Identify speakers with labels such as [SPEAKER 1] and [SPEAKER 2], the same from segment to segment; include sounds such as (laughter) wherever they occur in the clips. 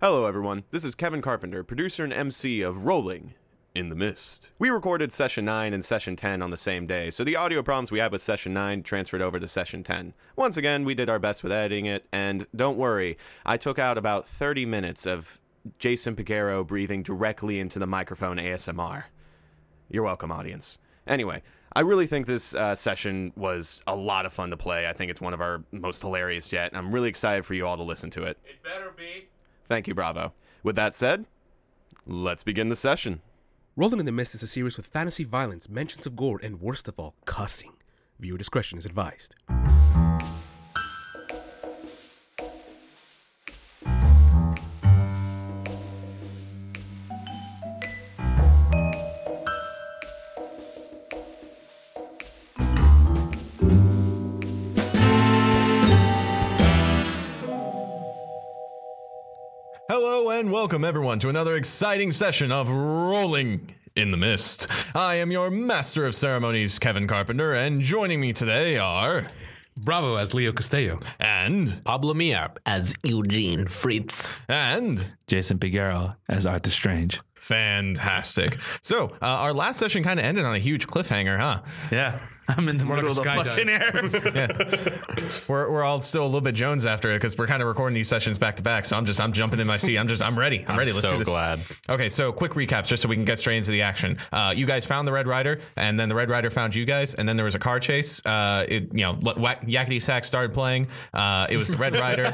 [SPEAKER 1] Hello, everyone. This is Kevin Carpenter, producer and MC of Rolling in the Mist. We recorded session 9 and session 10 on the same day, so the audio problems we had with session 9 transferred over to session 10. Once again, we did our best with editing it, and don't worry, I took out about 30 minutes of Jason Picaro breathing directly into the microphone ASMR. You're welcome, audience. Anyway, I really think this uh, session was a lot of fun to play. I think it's one of our most hilarious yet. and I'm really excited for you all to listen to it.
[SPEAKER 2] It better be.
[SPEAKER 1] Thank you, Bravo. With that said, let's begin the session.
[SPEAKER 3] Rolling in the Mist is a series with fantasy violence, mentions of gore, and worst of all, cussing. Viewer discretion is advised.
[SPEAKER 4] Hello and welcome everyone to another exciting session of Rolling in the Mist. I am your master of ceremonies, Kevin Carpenter, and joining me today are
[SPEAKER 3] Bravo as Leo Castello.
[SPEAKER 4] and
[SPEAKER 5] Pablo Mia as Eugene Fritz.
[SPEAKER 4] and
[SPEAKER 6] Jason Piguero as Arthur Strange.
[SPEAKER 4] fantastic. So uh, our last session kind of ended on a huge cliffhanger, huh?
[SPEAKER 6] Yeah, I'm in the middle
[SPEAKER 3] like a
[SPEAKER 6] of the fucking air.
[SPEAKER 4] (laughs) We're, we're all still a little bit Jones after it because we're kind of recording these sessions back to back. So I'm just I'm jumping in my seat. I'm just I'm ready. I'm, ready. Let's
[SPEAKER 5] so
[SPEAKER 4] do this.
[SPEAKER 5] glad.
[SPEAKER 4] Okay, so quick recaps just so we can get straight into the action. Uh, you guys found the Red Rider, and then the Red Rider found you guys, and then there was a car chase. Uh, it, you know, l- whack, Yakety Sack started playing. Uh, it was the Red Rider.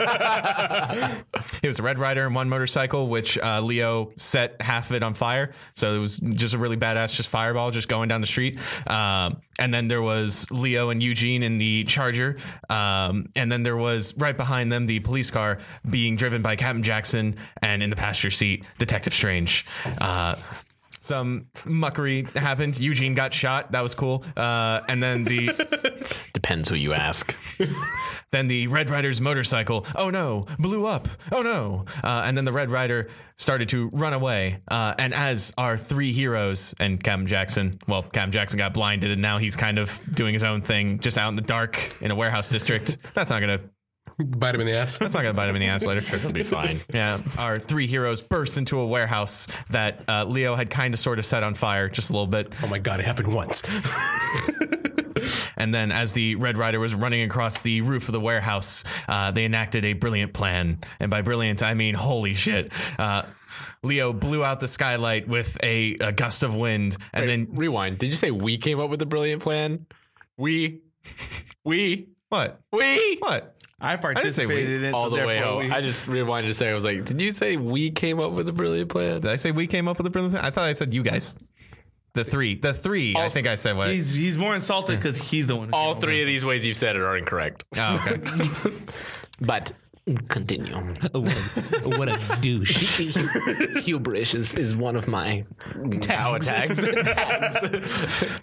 [SPEAKER 4] it was the Red Rider and one motorcycle, which uh, Leo set half of it on fire. So it was just a really badass, just fireball, just going down the street. Um, and then there was Leo and Eugene in the Charger. Um, and then there was right behind them the police car being driven by Captain Jackson, and in the passenger seat, Detective Strange. Uh, some muckery happened. Eugene got shot. That was cool. Uh, and then the
[SPEAKER 5] Depends who you ask.
[SPEAKER 4] then the Red Rider's motorcycle. Oh no, blew up. Oh no. Uh, and then the Red Rider started to run away. Uh, and as our three heroes and Cam Jackson, well, Cam Jackson got blinded and now he's kind of doing his own thing, just out in the dark in a warehouse
[SPEAKER 5] (laughs)
[SPEAKER 4] district. That's not gonna.
[SPEAKER 3] Bite him in the ass.
[SPEAKER 4] That's not gonna bite him in the ass later.
[SPEAKER 5] It'll be fine.
[SPEAKER 4] (laughs) Yeah, our three heroes burst into a warehouse that uh, Leo had kind of sort of set on fire just a little bit.
[SPEAKER 3] Oh my god, it happened (laughs) once.
[SPEAKER 4] And then, as the Red Rider was running across the roof of the warehouse, uh, they enacted a brilliant plan. And by brilliant, I mean holy shit. Uh, Leo blew out the skylight with a, a gust of wind, and then
[SPEAKER 5] Rewind. Did you say we came up with a brilliant plan? We, we,
[SPEAKER 4] what?
[SPEAKER 5] we.
[SPEAKER 4] What?
[SPEAKER 6] I participated in
[SPEAKER 5] All the way home.
[SPEAKER 6] We,
[SPEAKER 5] I just rewinded to say, I was like, did you say we came up with a brilliant plan?
[SPEAKER 4] Did I say we came up with a brilliant? I thought I said you guys. The three, the three. I
[SPEAKER 5] Also-
[SPEAKER 4] think I said what?
[SPEAKER 6] he's he's more insulted because he's the one. Who
[SPEAKER 5] All
[SPEAKER 6] came
[SPEAKER 5] three of these ways you've said it are incorrect.
[SPEAKER 4] Oh, okay.
[SPEAKER 5] But continue.
[SPEAKER 6] up with it. what a douche.
[SPEAKER 5] Hubris is, is one of my towel attacks.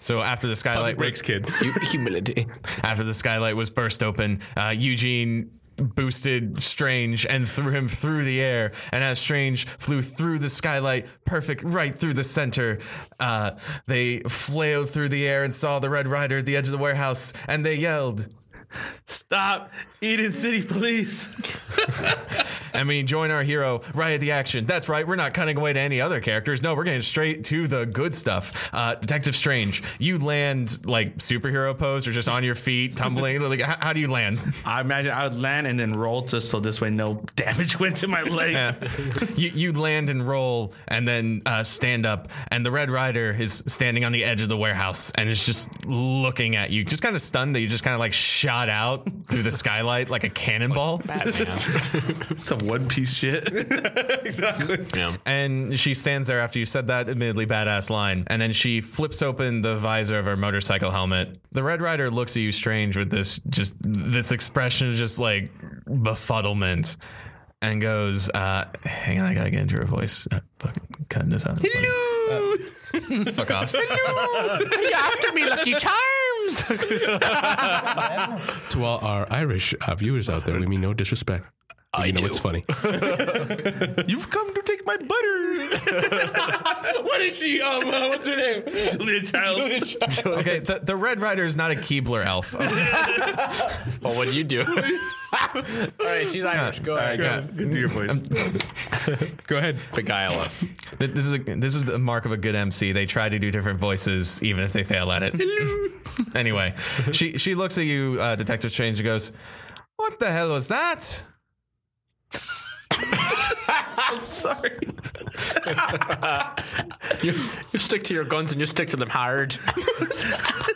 [SPEAKER 4] so after the skylight was-
[SPEAKER 3] (laughs) Breaks kid.
[SPEAKER 5] Humility.
[SPEAKER 4] after the skylight was burst open, uh, Eugene boosted Strange and threw him through the air. And as Strange flew through the skylight, perfect right through the center, uh, they flailed through the air and saw the Red Rider at the edge of the warehouse, and they yelled.
[SPEAKER 6] Stop, Eden City Police.
[SPEAKER 4] And we join our hero right at the action. That's right, we're not cutting away to any other characters. No, we're getting straight to the good stuff. Uh, Detective Strange, you land like superhero pose or just on your feet, tumbling? (laughs) like, how, how do you land?
[SPEAKER 6] I imagine I would land and then roll just so this way no damage (laughs) went to my leg.
[SPEAKER 4] (laughs) you, you land and roll and then uh, stand up and the red rider is standing on the edge of the warehouse and is just looking at you just kind of stunned that you just kind of like shot out through the skylight like a cannonball
[SPEAKER 5] Batman.
[SPEAKER 6] Some one piece shit. (laughs) exactly.
[SPEAKER 5] Yeah.
[SPEAKER 4] and she stands there after you said that admittedly badass line and then she flips open the visor of her motorcycle helmet the red rider looks at you strange with this just this expression of just like befuddlement and goes uh hang on i gotta get into her voice uh, fucking cutting this out hello fuck off
[SPEAKER 5] Are (laughs) you after me, Lucky Charms?
[SPEAKER 3] to all our Irish uh, viewers out there, we mean no disrespect. I (laughs) you know it's funny.
[SPEAKER 6] You've come to take my butter. what
[SPEAKER 5] is she? Um, uh, what's her name?
[SPEAKER 6] Julia Childs.
[SPEAKER 4] Okay, the, the Red Rider is not a Keebler elf.
[SPEAKER 5] Well, what do you do? All right, she's Irish. Go ahead.
[SPEAKER 4] go.
[SPEAKER 6] Good to your voice.
[SPEAKER 4] Go ahead.
[SPEAKER 5] Beguile us.
[SPEAKER 4] Th- This is a, this is the mark of a good MC. They try to do different voices, even if they fail at it. (laughs) anyway, she she looks at you, uh, Detective Strange, and goes, "What the hell was that?"
[SPEAKER 5] Sorry. you, (laughs) you stick to your guns and you stick to them hard.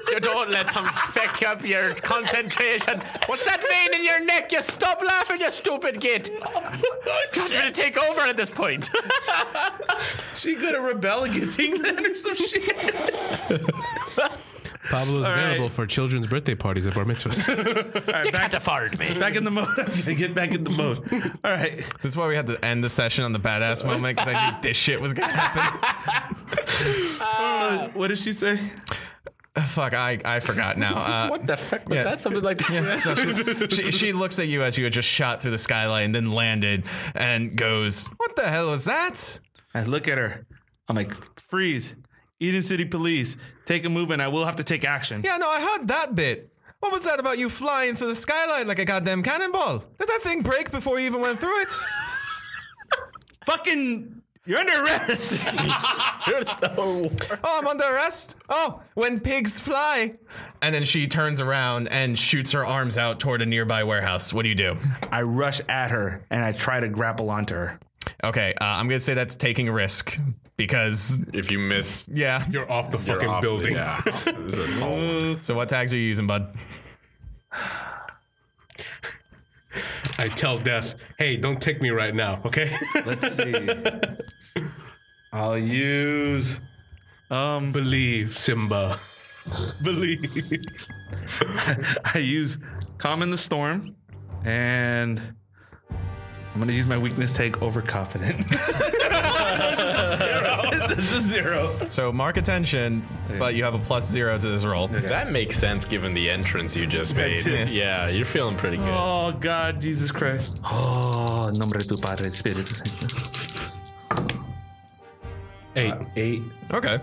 [SPEAKER 5] you don't let them feck up your concentration. What's that vein in your neck? You stop laughing, you stupid git. I'm going to take over at this point.
[SPEAKER 6] (laughs) She could have rebel against England or some shit.
[SPEAKER 3] Pablo's available
[SPEAKER 6] right.
[SPEAKER 3] for children's birthday parties at bar mitzvahs.
[SPEAKER 5] (laughs) you can't afford me.
[SPEAKER 6] Back in the mode. (laughs) I'm gonna get back in the mode. All right.
[SPEAKER 4] That's why we had to end the session on the badass moment because I knew this shit was gonna happen. (laughs)
[SPEAKER 6] So, what did she say?
[SPEAKER 4] Oh, Fuck, I I forgot now. Uh,
[SPEAKER 5] What the fuck was
[SPEAKER 4] Yeah.
[SPEAKER 5] that? Something like that?
[SPEAKER 4] so she, she, she looks at you as you had just shot through the skylight and then landed and goes, What the hell was that?
[SPEAKER 6] I look at her. I'm like, freeze. Eden City Police, take a move, and I will have to take action.
[SPEAKER 4] Yeah, no, I heard that bit. What was that about you flying through the skylight like a goddamn cannonball? Did that thing break before you even went through it?
[SPEAKER 6] Fucking, you're under arrest. (laughs)
[SPEAKER 4] Oh, I'm under arrest. Oh, when pigs fly. And then she turns around and shoots her arms out toward a nearby warehouse. What do you do?
[SPEAKER 6] I rush at her and I try to grapple onto her.
[SPEAKER 4] Okay, uh, I'm going to say that's taking a risk because,
[SPEAKER 2] If you miss,
[SPEAKER 4] yeah.
[SPEAKER 3] (laughs) You're off the
[SPEAKER 2] you're
[SPEAKER 3] fucking
[SPEAKER 2] off. (laughs)
[SPEAKER 3] building.
[SPEAKER 2] Yeah, this is a tall one.
[SPEAKER 4] So, what tags are you using, bud?
[SPEAKER 3] I tell Death, hey, don't take me right now, okay?
[SPEAKER 6] Let's see. I'll use. Um, (laughs)
[SPEAKER 3] Believe, Simba.
[SPEAKER 6] believe. I use calm in the storm, and I'm gonna use my weakness take overconfident. (laughs) This is zero.
[SPEAKER 4] So, mark attention, but you have a plus zero to this roll.
[SPEAKER 2] That makes sense given the entrance you just made.
[SPEAKER 6] it.
[SPEAKER 2] Yeah, you're feeling pretty good.
[SPEAKER 6] Oh God, Jesus Christ. Oh, nombre tu padre espíritu.
[SPEAKER 3] Eight.
[SPEAKER 6] Eight.
[SPEAKER 4] Okay.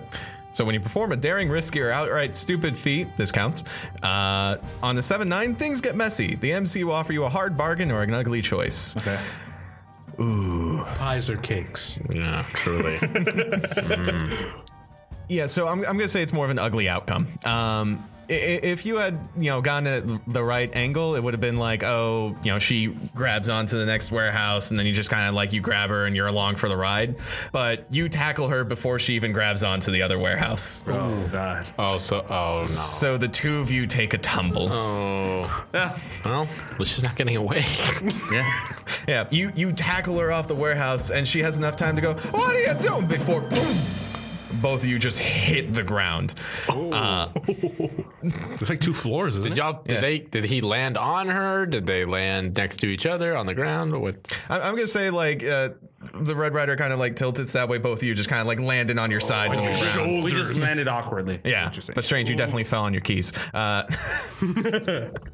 [SPEAKER 4] So when you perform a daring, risky, or outright stupid feat, this counts. Uh, on the 7 9, things get messy. The MC will offer you a hard bargain or an ugly choice.
[SPEAKER 6] Okay.
[SPEAKER 3] Pies or cakes?
[SPEAKER 2] Yeah, (laughs) truly.
[SPEAKER 4] Yeah, so I'm, I'm going to say it's more of an ugly outcome. Um, i- i- if you had, you know, gone at the right angle, it would have been like, oh, you know, she grabs onto the next warehouse, and then you just kind of like you grab her and you're along for the ride. But you tackle her before she even grabs onto the other warehouse.
[SPEAKER 6] Oh God.
[SPEAKER 2] oh, so oh no.
[SPEAKER 4] So the two of you take a tumble.
[SPEAKER 2] (laughs) oh,
[SPEAKER 6] Yeah.
[SPEAKER 2] well, well, she's not getting (laughs) away.
[SPEAKER 6] Yeah.
[SPEAKER 4] Yeah, you you tackle her off the warehouse, and she has enough time to go. What are you doing? Before boom, both of you just hit the ground.
[SPEAKER 3] Uh,
[SPEAKER 4] Uh,
[SPEAKER 3] There's like two floors, isn't it?
[SPEAKER 2] Y'all, did they? Did he land on her? Did they land next to each other on the ground? What?
[SPEAKER 4] I, I'm gonna say like uh, the Red Rider kind of like tilted so that way. Both of you just kind of like landed on your sides
[SPEAKER 3] Oh,
[SPEAKER 4] on the ground.
[SPEAKER 6] We just landed awkwardly.
[SPEAKER 4] Yeah, but strange, you definitely fell on your keys. Uh,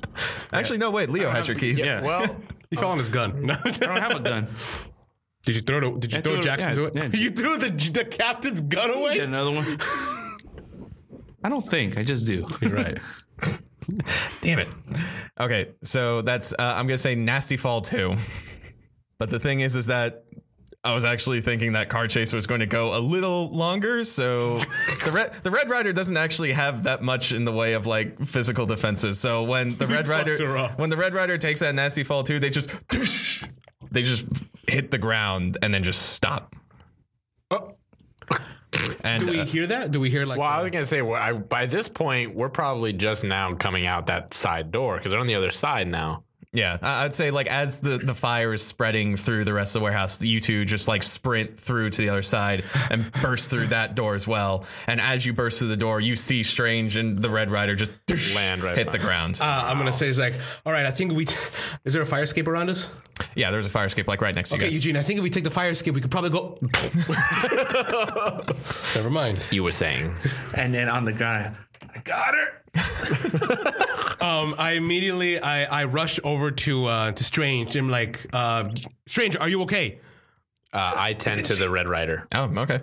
[SPEAKER 4] (laughs) actually, no, wait, Leo has your keys.
[SPEAKER 6] Yeah.
[SPEAKER 5] Well,
[SPEAKER 3] He fell on his
[SPEAKER 6] (laughs)
[SPEAKER 3] gun. (laughs)
[SPEAKER 6] I don't have a gun. (laughs)
[SPEAKER 3] Did you throw the, Did you
[SPEAKER 6] I
[SPEAKER 3] throw
[SPEAKER 6] threw-
[SPEAKER 3] Jackson's
[SPEAKER 6] yeah,
[SPEAKER 3] away?
[SPEAKER 6] yeah.
[SPEAKER 3] You threw the the captain's gun away.
[SPEAKER 6] Get another one. I don't think. I just do.
[SPEAKER 3] Right.
[SPEAKER 4] (laughs) Damn it. Okay, so that's uh, I'm gonna say nasty fall two. But the thing is, is that I was actually thinking that car chase was going to go a little longer, so the red the Red Rider doesn't actually have that much in the way of like physical defenses. So when
[SPEAKER 3] (laughs)
[SPEAKER 4] the Red
[SPEAKER 3] fucked her
[SPEAKER 4] Rider
[SPEAKER 3] up.
[SPEAKER 4] when the Red Rider takes that nasty fall two, they just they just hit the ground and then just stop.
[SPEAKER 2] Oh.
[SPEAKER 4] And
[SPEAKER 3] Do we
[SPEAKER 4] uh,
[SPEAKER 3] hear that? Do we hear like?
[SPEAKER 2] Well, I
[SPEAKER 3] the-
[SPEAKER 2] was gonna say, well, I, by this point, we're probably just now coming out that side door because they're on the other side now.
[SPEAKER 4] Yeah, I- I'd say like as the the fire is spreading through the rest of the warehouse, you two just like sprint through to the other side
[SPEAKER 6] (laughs)
[SPEAKER 4] and burst through that door as well. And as you burst through the door, you see Strange and the Red Rider just
[SPEAKER 2] Land right
[SPEAKER 4] hit
[SPEAKER 2] by
[SPEAKER 4] the ground.
[SPEAKER 3] Uh, I'm gonna say it's like, all right. I think we. T- is there a fire escape around us?
[SPEAKER 4] yeah, there's a fire escape like right next to
[SPEAKER 3] Okay,
[SPEAKER 4] you guys.
[SPEAKER 3] Eugene. I think if we take the fire escape, we could probably (laughs) go. Never mind.
[SPEAKER 2] You were (laughs) saying,
[SPEAKER 6] (laughs) And then on the gun, I got her.
[SPEAKER 3] Um, I immediately I, I rush over to uh, to Strange. I'm like, uh, Strange, are you okay?
[SPEAKER 2] Uh, I tend to the Red Rider.
[SPEAKER 4] Oh, okay.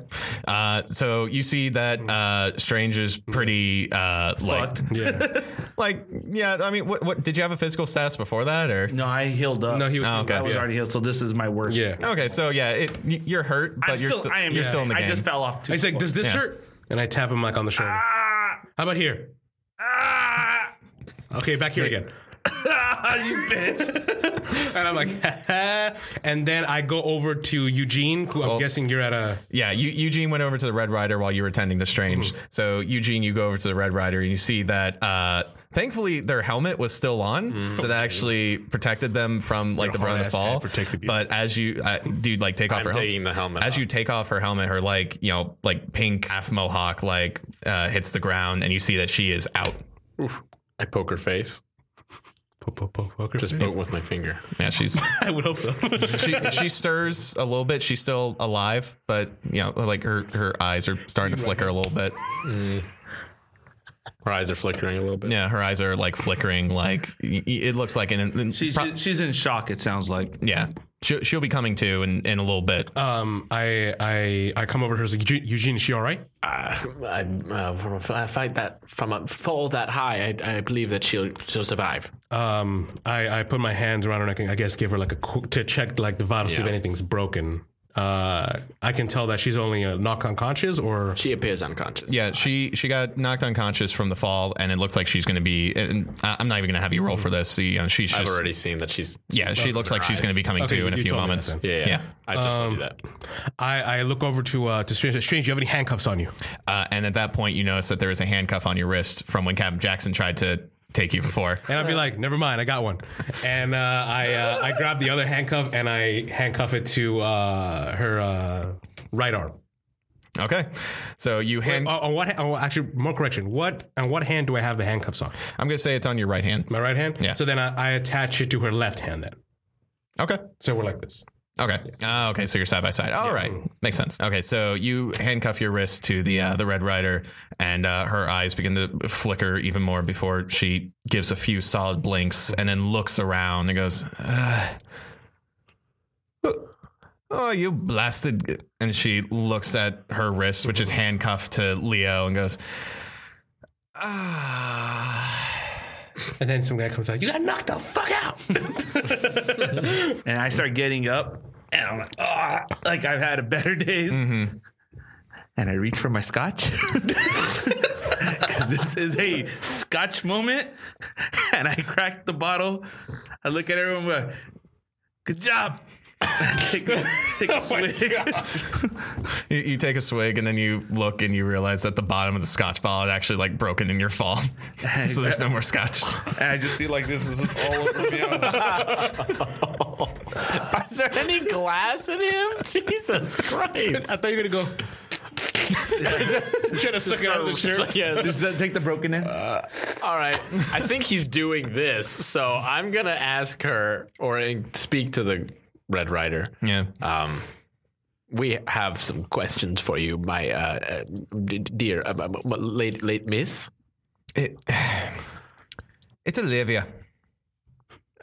[SPEAKER 4] Uh, so you see that
[SPEAKER 6] Hmm.
[SPEAKER 4] uh, Strange is pretty uh, like,
[SPEAKER 3] Yeah.
[SPEAKER 4] like, yeah. I mean, what, what did you have a physical status before that, or
[SPEAKER 6] No, I healed up.
[SPEAKER 3] No, he was-
[SPEAKER 4] Oh, okay.
[SPEAKER 6] I was
[SPEAKER 3] yeah.
[SPEAKER 6] already healed, so this is my worst.
[SPEAKER 3] (laughs) Yeah.
[SPEAKER 4] okay? So yeah, it, y- you're hurt, but
[SPEAKER 6] I'm
[SPEAKER 4] you're
[SPEAKER 6] still, I am
[SPEAKER 4] you're still in the game.
[SPEAKER 6] I just fell off. Two
[SPEAKER 3] He's
[SPEAKER 6] (laughs)
[SPEAKER 3] like, does this
[SPEAKER 4] Yeah.
[SPEAKER 3] hurt? And I tap him like on the shoulder.
[SPEAKER 6] Ah,
[SPEAKER 3] How about here?
[SPEAKER 6] ah,
[SPEAKER 3] Okay, back here again.
[SPEAKER 6] ah, you bitch.
[SPEAKER 3] And I'm like, (laughs) and then I go over to Eugene, who
[SPEAKER 6] Oh.
[SPEAKER 3] I'm guessing you're at a.
[SPEAKER 4] Yeah, you, Eugene went over to the Red Rider while you were tending to Strange.
[SPEAKER 2] Mm-hmm.
[SPEAKER 4] So Eugene, you go over to the Red Rider and you see that. Uh, thankfully, their helmet was still on,
[SPEAKER 2] Mm-hmm.
[SPEAKER 4] so that actually protected them from like the brunt of the
[SPEAKER 3] hard-ass head
[SPEAKER 4] fall.
[SPEAKER 3] protected you.
[SPEAKER 4] But as you, uh, dude, like take off
[SPEAKER 2] I'm
[SPEAKER 4] her
[SPEAKER 2] taking the helmet
[SPEAKER 4] As
[SPEAKER 2] off.
[SPEAKER 4] you take off her helmet, her like you know like pink half mohawk like uh, hits the ground, and you see that she is out.
[SPEAKER 2] I poke her face. Just poke with my finger.
[SPEAKER 4] Yeah,
[SPEAKER 2] (laughs)
[SPEAKER 4] she's
[SPEAKER 6] (laughs) I would hope so.
[SPEAKER 4] she she stirs a little bit. She's still alive, but you know like her her eyes are starting to flicker a little bit.
[SPEAKER 2] Her eyes are flickering a little bit.
[SPEAKER 4] Yeah, her eyes are like flickering. Like y- y- it looks like an. an
[SPEAKER 6] She's
[SPEAKER 4] pro-
[SPEAKER 6] she's in shock. It sounds like.
[SPEAKER 4] yeah, she'll, she'll be coming to in, in a little bit.
[SPEAKER 3] Um, I I I come over to her. I was like, Eugene, Eugene, is she all right?
[SPEAKER 5] Uh, I, uh, from a f- a fight that from a fall that high, I, I believe that she'll she'll survive.
[SPEAKER 3] Um, I I put my hands around her and I can I guess give her like a quick to check like the vital see if anything's broken. Uh, I can tell that she's only a knock unconscious or
[SPEAKER 5] She appears unconscious.
[SPEAKER 4] yeah, she she got knocked unconscious from the fall, and it looks like she's going to be. And I- I'm not even going to have you roll for this. See, you know, she's
[SPEAKER 2] I've
[SPEAKER 4] just.
[SPEAKER 2] already seen that she's.
[SPEAKER 4] yeah, she looks like she's going to be coming
[SPEAKER 3] Okay,
[SPEAKER 4] to in a
[SPEAKER 3] you
[SPEAKER 4] few
[SPEAKER 3] told me
[SPEAKER 4] moments.
[SPEAKER 3] that
[SPEAKER 2] Yeah, yeah.
[SPEAKER 4] Yeah.
[SPEAKER 2] I just knew that.
[SPEAKER 3] I I look over to uh to strange. Strange, you have any handcuffs on you?
[SPEAKER 4] Uh, and at that point, you notice that there is a handcuff on your wrist from when Captain Jackson tried to take you before.
[SPEAKER 3] And I'd be like, never mind, I got one. And uh, I uh, I grab the other handcuff and I handcuff it to uh, her uh, right arm.
[SPEAKER 4] Okay, so you hand.
[SPEAKER 3] Oh, on what? ha- Oh, actually, more correction. What? On what hand do I have the handcuffs on?
[SPEAKER 4] I'm going to say it's on your right hand.
[SPEAKER 3] My right hand.
[SPEAKER 4] Yeah.
[SPEAKER 3] So then I, I attach it to her left hand. Then.
[SPEAKER 4] Okay.
[SPEAKER 3] So we're like this.
[SPEAKER 4] Okay. Ah, okay. So you're side by side. All right. Makes sense. Okay. So you handcuff your wrist to the uh, the Red Rider, and uh, her eyes begin to flicker even more before she gives a few solid blinks and then looks around and goes, "Ugh. "Oh, you blasted!" g-" And she looks at her wrist, which is handcuffed to Leo, and goes, "Ah."
[SPEAKER 3] And then some guy comes out. You got knocked the fuck out.
[SPEAKER 6] (laughs) and I start getting up, and I'm like, ah, like I've had a better days.
[SPEAKER 3] Mm-hmm.
[SPEAKER 6] And I reach for my scotch (laughs) because this is a scotch moment. (laughs) And I crack the bottle. I look at everyone, but good job. (laughs) take a, take a
[SPEAKER 3] (laughs) Oh
[SPEAKER 6] swig.
[SPEAKER 4] You, you take a swig, and then you look, and you realize that the bottom of the Scotch bottle had actually like broken in your fall, (laughs) so there's no more Scotch.
[SPEAKER 6] and I just see like this is all over me. I'm like,
[SPEAKER 5] Is there any glass in him? (laughs) Jesus
[SPEAKER 3] (laughs)
[SPEAKER 5] Christ!
[SPEAKER 3] I thought you were
[SPEAKER 6] (laughs)
[SPEAKER 3] gonna go. Try to suck it out of the shirt. Uh,
[SPEAKER 5] Yeah,
[SPEAKER 6] Does that uh, take the broken in?
[SPEAKER 5] All right. I think he's doing this, so I'm gonna ask her or speak to the Red Rider.
[SPEAKER 4] Yeah.
[SPEAKER 5] Um, we have some questions for you, my uh, uh, d- dear, uh, uh, late, late Miss
[SPEAKER 4] It, (sighs) it's Olivia.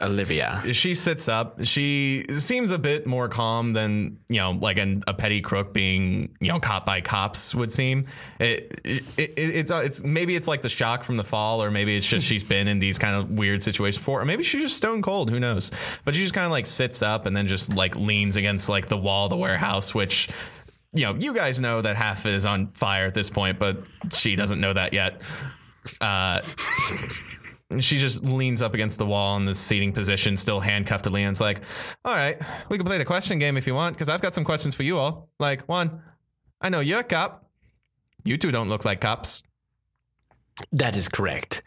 [SPEAKER 5] Olivia.
[SPEAKER 4] She sits up. She seems a bit more calm than you know, like an, a petty crook being you know caught by cops would seem. It, it, it it's uh, it's maybe it's like the shock from the fall, or maybe it's just she's been in these kind of weird situations before, or maybe she's just stone cold. Who knows? But she just kind of like sits up and then just like leans against like the wall of the warehouse, which. You know, you guys know that half is on fire at this point, but she doesn't know that yet. Uh, she just leans up against the wall in this seating position, still handcuffed to Leon's like, All right, we can play the question game if you want, because I've got some questions for you all. Like, one, I know you're a cop. You two don't look like cops.
[SPEAKER 5] That is correct.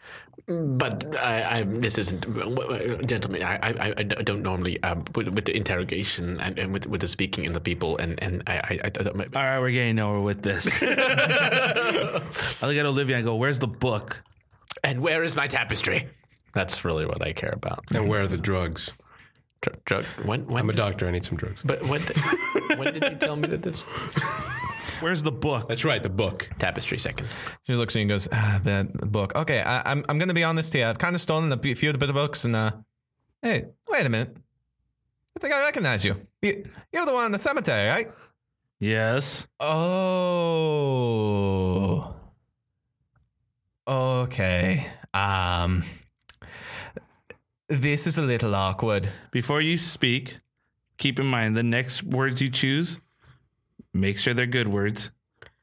[SPEAKER 5] But I, I, this isn't, gentlemen. I, I, I- I don't normally um, with, with the interrogation and, and with, with the speaking in the people and and I, I, I don't-
[SPEAKER 6] All right, we're getting nowhere
[SPEAKER 3] (laughs)
[SPEAKER 6] with this. I look at Olivia and I go, "Where's the book?"
[SPEAKER 5] and where is my tapestry? That's really what I care about.
[SPEAKER 3] And where are the drugs?
[SPEAKER 5] Dr- drug. When when?
[SPEAKER 3] I'm a doctor. I need some drugs.
[SPEAKER 5] but when? the- when did you tell me that this
[SPEAKER 6] Where's the book?
[SPEAKER 3] That's right. The book.
[SPEAKER 5] tapestry second?
[SPEAKER 4] She looks at you and goes, ah, that book. Okay, I, I'm, I'm going to be honest here. I've kind of stolen a b- few of the bit of books and, uh, hey, wait a minute. I think I recognize you. you. You're the one in the cemetery, right?
[SPEAKER 6] Yes.
[SPEAKER 4] Oh. Okay. Um. This is a little awkward.
[SPEAKER 6] Before you speak, keep in mind the next words you choose, make sure they're good words.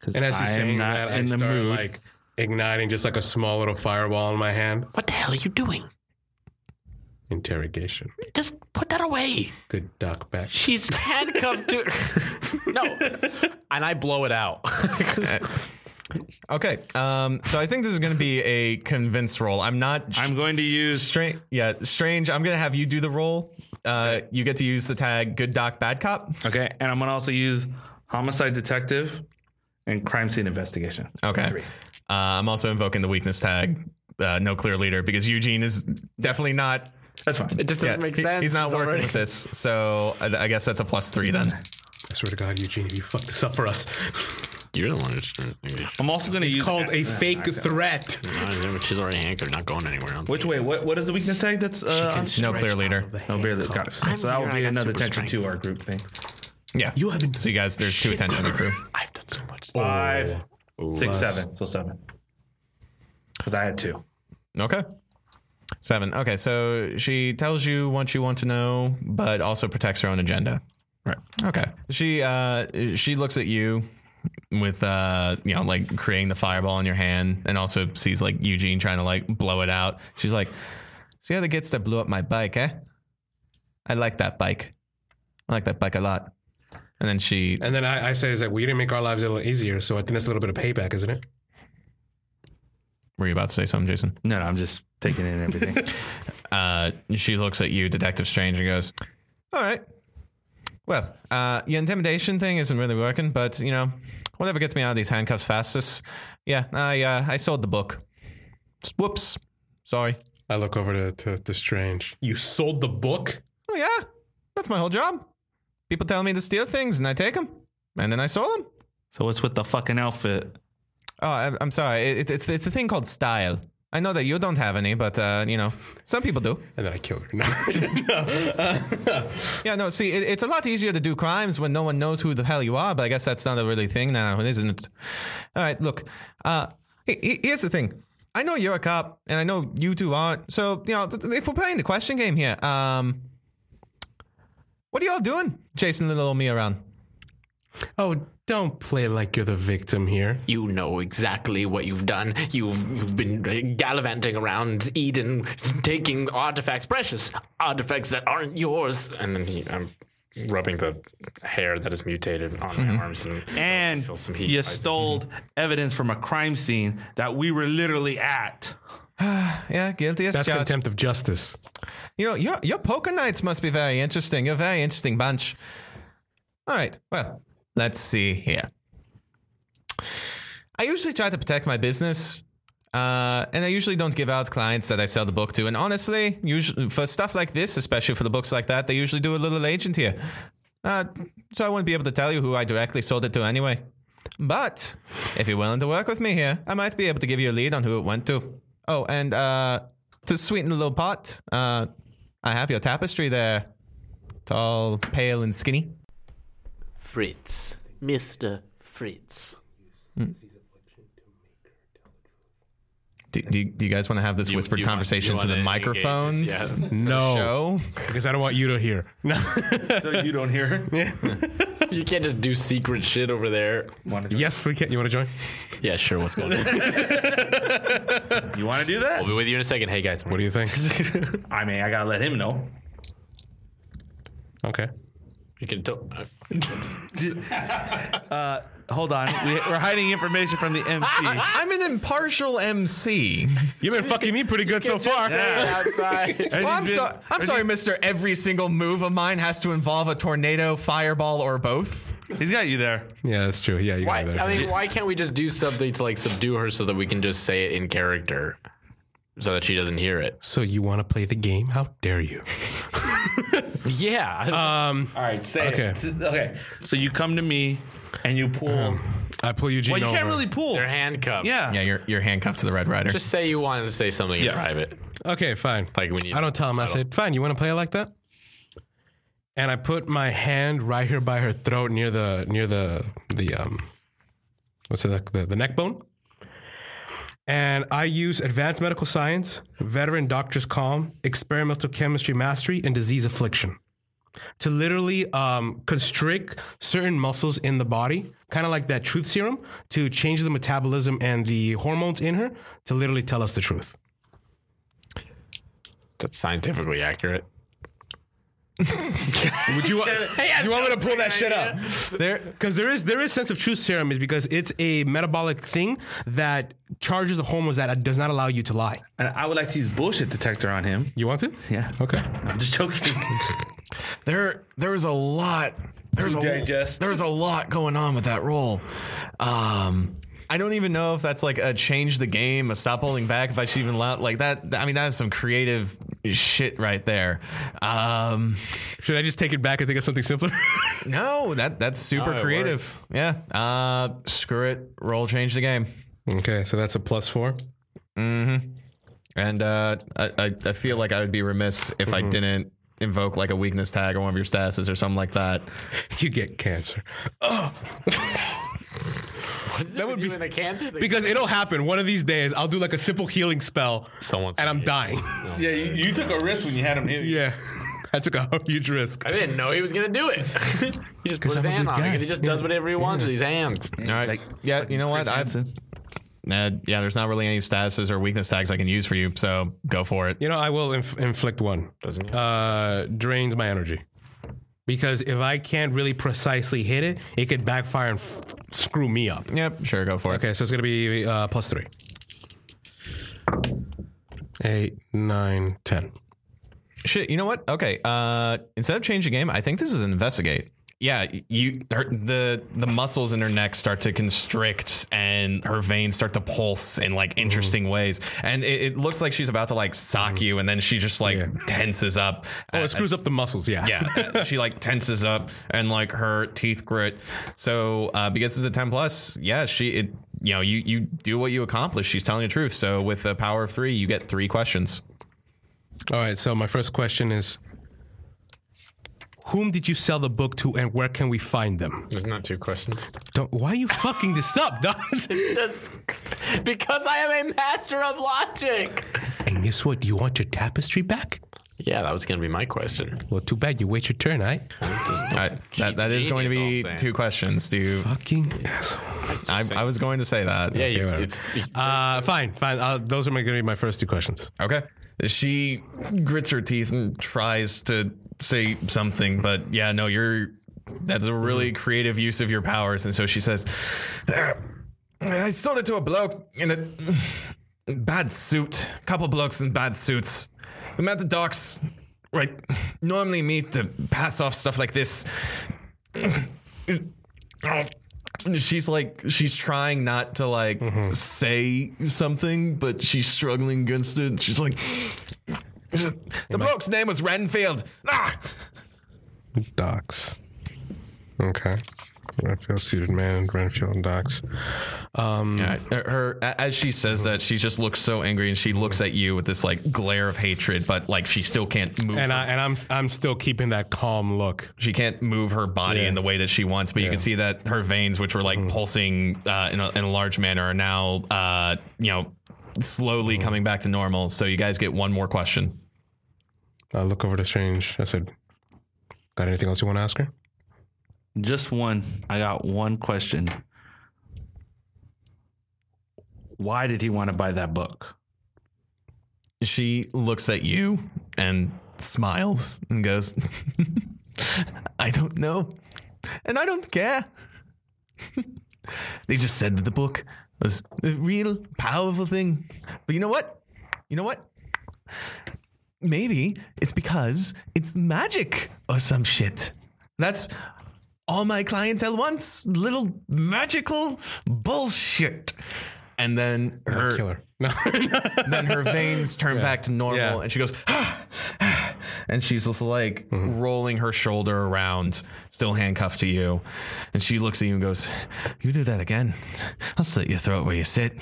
[SPEAKER 6] 'cause
[SPEAKER 3] And as he's
[SPEAKER 6] I am
[SPEAKER 3] saying
[SPEAKER 6] not
[SPEAKER 3] that,
[SPEAKER 6] in
[SPEAKER 3] I
[SPEAKER 6] the
[SPEAKER 3] start
[SPEAKER 6] mood.
[SPEAKER 3] like igniting just like a small little fireball in my hand.
[SPEAKER 5] What the hell are you doing?
[SPEAKER 3] Interrogation.
[SPEAKER 5] Just put that away.
[SPEAKER 3] Good duck back.
[SPEAKER 5] (laughs) She's handcuffed to. no. And I blow it out. (laughs)
[SPEAKER 4] Okay. Um. So I think this is going to be a convince roll. I'm not.
[SPEAKER 6] I'm going to use
[SPEAKER 4] strange. Yeah, strange. I'm gonna have you do the roll. Uh, you get to use the tag "Good Doc, Bad Cop."
[SPEAKER 6] okay, and I'm gonna also use homicide detective and crime scene investigation.
[SPEAKER 4] Okay. Uh, I'm also invoking the weakness tag, uh, no clear leader, because Eugene is definitely not.
[SPEAKER 6] That's fine.
[SPEAKER 5] It just
[SPEAKER 4] yeah,
[SPEAKER 5] doesn't make
[SPEAKER 4] he-
[SPEAKER 5] sense.
[SPEAKER 4] he's not
[SPEAKER 5] It's
[SPEAKER 4] working
[SPEAKER 5] already-
[SPEAKER 4] with this, so I, I guess that's a plus three then.
[SPEAKER 3] I swear to God, Eugene, if you fuck this up for us.
[SPEAKER 2] You're the one who's.
[SPEAKER 6] I'm also gonna use
[SPEAKER 3] Called a fake threat.
[SPEAKER 2] She's already handcuffed, not going anywhere.
[SPEAKER 6] Which way? What what is the weakness tag? That's uh,
[SPEAKER 4] No clear leader.
[SPEAKER 6] no barely got it. So
[SPEAKER 5] I'm
[SPEAKER 6] that
[SPEAKER 5] here,
[SPEAKER 6] would
[SPEAKER 5] I
[SPEAKER 6] be
[SPEAKER 5] got
[SPEAKER 6] another
[SPEAKER 5] super
[SPEAKER 6] attention
[SPEAKER 5] strength.
[SPEAKER 6] to our group thing.
[SPEAKER 4] Yeah.
[SPEAKER 3] You haven't.
[SPEAKER 4] so you guys, there's two attention to crew.
[SPEAKER 5] I've done so much.
[SPEAKER 6] Five, six, seven. So seven. Because I had two.
[SPEAKER 4] Okay. Seven. Okay, so she tells you what you want to know, but also protects her own agenda.
[SPEAKER 6] Right.
[SPEAKER 4] Okay. She uh she looks at you with uh you know like creating the fireball in your hand and also sees like Eugene trying to like blow it out. She's like, "See how the kids that blew up my bike, eh? I like that bike. I like that bike a lot." And then she
[SPEAKER 3] And then I, I say, is that we didn't make our lives a little easier, so I think that's a little bit of payback, isn't it?
[SPEAKER 4] were you about to say something, Jason?
[SPEAKER 6] No, no, I'm just taking in everything. (laughs)
[SPEAKER 4] Uh she looks at you, Detective Strange, and goes, "All right. Well, uh your intimidation thing isn't really working, but you know, whatever gets me out of these handcuffs fastest. Yeah, I uh, I sold the book. Whoops. Sorry.
[SPEAKER 3] I look over to, to, to Strange. You sold the book?
[SPEAKER 4] Oh yeah, that's my whole job. People tell me to steal things, and I take them, and then I sold them.
[SPEAKER 6] so what's with the fucking outfit?
[SPEAKER 4] Oh, I'm, I'm sorry. It, it's it's a thing called style. I know that you don't have any, but uh, you know, some people do.
[SPEAKER 3] And then I kill her. No. (laughs)
[SPEAKER 4] Yeah, no. See, it, it's a lot easier to do crimes when no one knows who the hell you are. But I guess that's not a really thing now, isn't it? All right, look. Uh, he- he- here's the thing. I know you're a cop, and I know you two aren't. So you know, th- th- if we're playing the question game here, um, what are y'all doing, chasing little old me around?
[SPEAKER 3] oh, don't play like you're the victim here.
[SPEAKER 5] You know exactly what you've done. You've you've been uh, gallivanting around Eden, taking artifacts, precious artifacts that aren't yours. And then he, I'm rubbing the hair that is mutated on
[SPEAKER 3] Mm-hmm.
[SPEAKER 5] my arms, and
[SPEAKER 6] And
[SPEAKER 5] feel some heat.
[SPEAKER 6] you
[SPEAKER 5] I-
[SPEAKER 6] stole evidence from a crime scene that we were literally at.
[SPEAKER 4] Yeah, guilty as
[SPEAKER 3] That's
[SPEAKER 4] charged.
[SPEAKER 3] contempt of justice.
[SPEAKER 4] You know, your your poker nights must be very interesting. You're a very interesting bunch. All right, well, let's see here. I usually try to protect my business, uh, and I usually don't give out clients that I sell the book to. And honestly, usually for stuff like this, especially for the books like that, they usually do a little agent here. Uh, so I wouldn't be able to tell you who I directly sold it to anyway. But if you're willing to work with me here, I might be able to give you a lead on who it went to. Oh, and uh, to sweeten the little pot, uh, I have your tapestry there. Tall, pale, and skinny.
[SPEAKER 7] Fritz. Mr. Fritz.
[SPEAKER 4] Do, do, you- do you guys want to have this whispered
[SPEAKER 2] you want- you
[SPEAKER 4] conversation to
[SPEAKER 2] wanna
[SPEAKER 4] the
[SPEAKER 2] engage this,
[SPEAKER 4] microphones? (laughs)
[SPEAKER 2] yeah.
[SPEAKER 3] No.
[SPEAKER 4] Show?
[SPEAKER 3] Because I don't want you to hear. No.
[SPEAKER 6] (laughs) So you don't hear?
[SPEAKER 5] you can't just do secret shit over there.
[SPEAKER 3] yes, we can. You want to join?
[SPEAKER 5] Yeah, sure. What's
[SPEAKER 3] (laughs)
[SPEAKER 5] going on?
[SPEAKER 6] You want to do that?
[SPEAKER 5] I'll be with you in a second. Hey guys,
[SPEAKER 3] What do you think? (laughs)
[SPEAKER 6] I mean, I gotta let him know.
[SPEAKER 3] okay.
[SPEAKER 5] you can tell. uh,
[SPEAKER 6] Hold on, we, we're hiding information (laughs) from the MC.
[SPEAKER 4] I'm an impartial MC.
[SPEAKER 3] You've been fucking me pretty good so far.
[SPEAKER 6] (laughs) Has
[SPEAKER 4] Well,
[SPEAKER 6] he
[SPEAKER 4] I'm,
[SPEAKER 6] been-
[SPEAKER 4] so, I'm sorry, Mister. Every single move of mine has to involve a tornado, fireball, or both.
[SPEAKER 6] He's got you there.
[SPEAKER 3] Yeah, that's true. Yeah, you
[SPEAKER 5] why,
[SPEAKER 3] got that.
[SPEAKER 5] I mean, why can't we just do something to like subdue her so that we can just say it in character, so that she doesn't hear it?
[SPEAKER 3] so you want to play the game? How dare you?
[SPEAKER 5] Yeah. (laughs)
[SPEAKER 3] Uh,
[SPEAKER 6] All right, say
[SPEAKER 3] Okay.
[SPEAKER 6] it. S- Okay. So you come to me and you pull.
[SPEAKER 3] I pull Eugene
[SPEAKER 6] well, you can't
[SPEAKER 3] over.
[SPEAKER 6] really pull.
[SPEAKER 5] They're handcuffed.
[SPEAKER 6] yeah.
[SPEAKER 4] Yeah, you're you're handcuffed to the Red Rider.
[SPEAKER 5] Just say you wanted to say something in private.
[SPEAKER 3] Okay, fine.
[SPEAKER 5] Like when you
[SPEAKER 3] I don't tell him. I said, fine, you want to play like that? and I put my hand right here by her throat near the near the the um what's it the, the neck bone. And I use advanced medical science, veteran doctor's calm, experimental chemistry mastery, and disease affliction to literally um, constrict certain muscles in the body, kind of like that truth serum, to change the metabolism and the hormones in her to literally tell us the truth.
[SPEAKER 2] That's scientifically accurate.
[SPEAKER 3] Would you, do you want me to pull that shit up?
[SPEAKER 4] There,
[SPEAKER 3] Because there is there is sense of truth serum is because it's a metabolic thing that charges the hormones that does not allow you to lie.
[SPEAKER 6] And I would like to use bullshit detector on him.
[SPEAKER 3] You want it?
[SPEAKER 6] Yeah.
[SPEAKER 3] Okay.
[SPEAKER 6] I'm just joking. (laughs)
[SPEAKER 4] there, there was a lot. There's a (laughs)
[SPEAKER 6] digest.
[SPEAKER 4] There's a lot going on with that role. Um, I don't even know if that's like a change the game, a stop holding back. If I should even allow like that. I mean, that is some creative shit right there. Um,
[SPEAKER 3] Should I just take it back and think of something simpler? (laughs)
[SPEAKER 4] no, that that's super
[SPEAKER 2] No, it
[SPEAKER 4] creative. Yeah. Uh, screw it. Roll change the game.
[SPEAKER 3] okay, so that's a plus four.
[SPEAKER 4] And uh, I, I, I feel like I would be remiss if I didn't invoke like a weakness tag or one of your statuses or something like that.
[SPEAKER 3] You get cancer
[SPEAKER 5] that would be in a cancer thing.
[SPEAKER 3] because it'll happen one of these days. I'll do like a simple healing spell,
[SPEAKER 2] Someone's
[SPEAKER 3] and I'm dying.
[SPEAKER 6] (laughs) yeah, you, you took a risk when you had him hit.
[SPEAKER 3] yeah, (laughs) I took a huge risk.
[SPEAKER 5] I didn't know he was gonna do it. (laughs) he just puts his
[SPEAKER 3] I'm a
[SPEAKER 5] hand
[SPEAKER 3] good
[SPEAKER 5] on it
[SPEAKER 3] guy.
[SPEAKER 5] because he just does whatever he wants with his hands.
[SPEAKER 4] All right.
[SPEAKER 6] Like,
[SPEAKER 4] yeah, you know what? I, uh, yeah, there's not really any statuses or weakness tags I can use for you, so go for it.
[SPEAKER 3] You know, I will inf- inflict one. Doesn't uh, drains my energy because if I can't really precisely hit it, it could backfire and f- screw me up.
[SPEAKER 4] Yep, sure, go for it.
[SPEAKER 3] Okay, so it's gonna be uh, plus three. Eight, nine, ten.
[SPEAKER 4] Shit, you know what? Okay, uh, instead of change the game, I think this is an investigate. Yeah, you her, the the muscles in her neck start to constrict and her veins start to pulse in
[SPEAKER 3] Mm-hmm.
[SPEAKER 4] like interesting ways, and it, it looks like she's about to like sock you, and then she just like tenses up.
[SPEAKER 3] Mm-hmm. Oh, it screws up the muscles. Yeah.
[SPEAKER 4] yeah uh, she like tenses up and like her teeth grit so uh, because it's a 10 plus yeah she it you know you you do what you accomplish she's telling the truth so with the power of three you get three questions
[SPEAKER 3] All right. So my first question is, whom did you sell the book to, and where can we find them?
[SPEAKER 2] Isn't that two questions?
[SPEAKER 3] Don't. Why are you fucking this up, (laughs) dog?
[SPEAKER 5] Just (laughs) because I am a master of logic.
[SPEAKER 3] and guess what? You want your tapestry back?
[SPEAKER 5] Yeah, that was gonna be my question.
[SPEAKER 3] Well, too bad. You wait your turn, eh? I
[SPEAKER 4] I, that, that is going to be
[SPEAKER 2] Genius, all I'm saying.
[SPEAKER 4] two questions do you
[SPEAKER 3] fucking asshole.
[SPEAKER 4] I, I was going to say that
[SPEAKER 5] Yeah, you,
[SPEAKER 3] whatever.
[SPEAKER 5] it's,
[SPEAKER 3] Uh, fine, fine. Uh, those are my, gonna be my first two questions.
[SPEAKER 4] okay she grits her teeth and tries to say something but yeah no you're that's a really creative use of your powers and so she says I sold it to a bloke in a bad suit. Couple blokes in bad suits. We met the docks. Right. Normally meet to pass off stuff like this. Oh, She's like she's trying not to like
[SPEAKER 3] Mm-hmm.
[SPEAKER 4] say something, but she's struggling against it. She's like the bloke's name was Renfield. Ah!
[SPEAKER 3] Docs. Okay. Renfield suited man, Renfield and Docs. Um,
[SPEAKER 4] Yeah, her a- as she says that she just looks so angry and she looks at you with this like glare of hatred, but like she still can't move.
[SPEAKER 3] and
[SPEAKER 4] her-
[SPEAKER 3] I and I'm I'm still keeping that calm look.
[SPEAKER 4] she can't move her body in the way that she wants, but you can see that her veins, which were like
[SPEAKER 3] Mm.
[SPEAKER 4] pulsing uh, in, a, in a large manner, are now uh, you know
[SPEAKER 3] Mm.
[SPEAKER 4] slowly coming back to normal. So you guys get one more question.
[SPEAKER 3] I look over to Strange. I said, "Got anything else you want to ask her?"
[SPEAKER 6] Just one. I got one question. Why did he want to buy that book?
[SPEAKER 4] She looks at you and smiles and goes, (laughs) I don't know. And I don't care. (laughs) they just said that the book was a real powerful thing. But you know what? You know what? Maybe it's because it's magic or some shit. That's all my clientele wants little magical bullshit. And then her
[SPEAKER 3] Killer. No.
[SPEAKER 4] then her veins turn back to normal
[SPEAKER 3] Yeah.
[SPEAKER 4] and she goes "Ah, and she's just like
[SPEAKER 3] Mm-hmm.
[SPEAKER 4] rolling her shoulder around still handcuffed to you and she looks at you and goes you do that again i'll slit your throat where you sit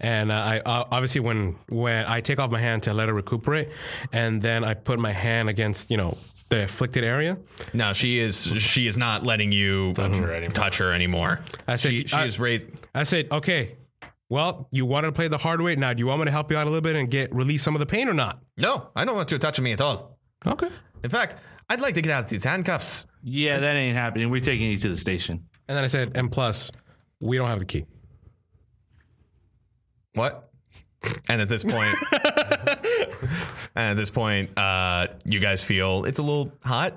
[SPEAKER 3] and uh, I uh, obviously when when I take off my hand to let her recuperate, and then I put my hand against you know the afflicted area.
[SPEAKER 4] No, she is she is not letting you Mm-hmm. touch her anymore.
[SPEAKER 3] I said-
[SPEAKER 4] she, she
[SPEAKER 3] I-
[SPEAKER 4] is raised.
[SPEAKER 3] I said, okay, well, you wanted to play the hard way. Now, do you want me to help you out a little bit and get release some of the pain or not?
[SPEAKER 4] No, I don't want you touching me at all.
[SPEAKER 3] Okay.
[SPEAKER 4] In fact, I'd like to get out of these handcuffs.
[SPEAKER 6] Yeah, that ain't happening. We're taking you to the station.
[SPEAKER 3] And then I said, and plus, we don't have the key.
[SPEAKER 4] What? And at this
[SPEAKER 3] (laughs)
[SPEAKER 4] point, and at this point, uh, you guys feel it's a little hot,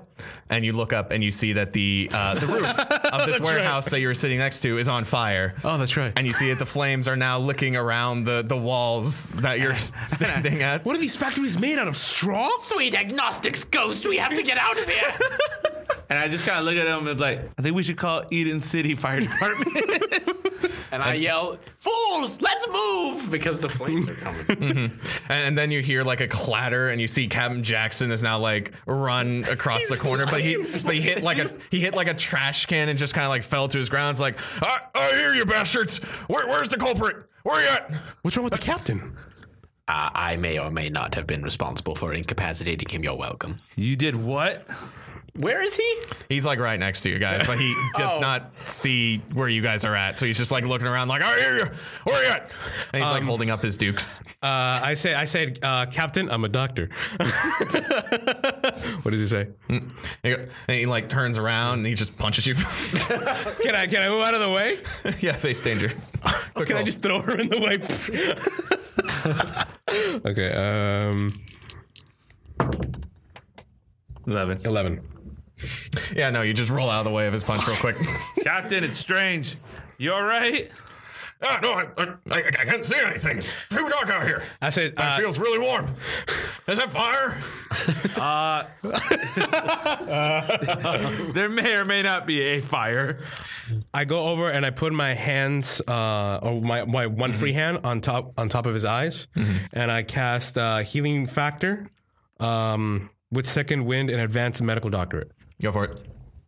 [SPEAKER 4] and you look up and you see that the uh, the
[SPEAKER 3] (laughs)
[SPEAKER 4] roof of this warehouse that you were sitting next to is on fire.
[SPEAKER 3] Oh, that's right.
[SPEAKER 4] And you see that the flames are now licking around the, the walls that
[SPEAKER 3] (laughs)
[SPEAKER 4] you're standing at.
[SPEAKER 3] what are these factories made out of? Straw?
[SPEAKER 5] Sweet agnostics ghost, we have to get out of here.
[SPEAKER 6] And I just kind of look at him and be like, I think we should call Eden City Fire Department.
[SPEAKER 5] and I yell, fools, let's move (laughs) because the flames are coming.
[SPEAKER 4] And then you hear like a clatter, and you see Captain Jackson is now like run
[SPEAKER 3] (laughs)
[SPEAKER 4] across the corner, but he but he hit like a he hit like a trash can and just kind of like fell to his ground. It's like I, I hear you bastards. Where, where's the culprit? Where you at?
[SPEAKER 3] What's wrong with the captain?
[SPEAKER 7] (laughs) Uh, I may or may not have been responsible for incapacitating him. You're welcome.
[SPEAKER 6] (laughs) you did what?
[SPEAKER 5] Where is he?
[SPEAKER 4] He's like right next to you guys, but
[SPEAKER 3] (laughs)
[SPEAKER 4] he does
[SPEAKER 3] Oh.
[SPEAKER 4] not see where you guys are at. So he's just like looking around, like I hear you. Where you at? And he's like
[SPEAKER 3] Um,
[SPEAKER 4] holding up his dukes.
[SPEAKER 3] Uh, I said, I said, uh, Captain, I'm a doctor. (laughs) what does he say?
[SPEAKER 4] And he like turns around and he just punches you.
[SPEAKER 3] (laughs) Can I can I move out of the way?
[SPEAKER 4] (laughs) yeah, face danger. Quick
[SPEAKER 3] Can I
[SPEAKER 4] roll.
[SPEAKER 3] just throw her in the way? okay. Um,
[SPEAKER 6] Eleven.
[SPEAKER 3] eleven.
[SPEAKER 4] Yeah, no, you just roll out of the way of his punch real (laughs) quick.
[SPEAKER 6] Captain, it's strange. You all right?
[SPEAKER 4] Ah, no, I, I, I can't see anything. It's too dark out here.
[SPEAKER 3] I said, uh,
[SPEAKER 4] feels really warm. Is that fire?
[SPEAKER 6] There may or may not be a fire.
[SPEAKER 3] I go over and I put my hands, uh, or my, my one free
[SPEAKER 4] Mm-hmm.
[SPEAKER 3] hand on top on top of his eyes, and I cast uh, healing factor um, with second wind and advanced medical doctorate.
[SPEAKER 4] Go for it.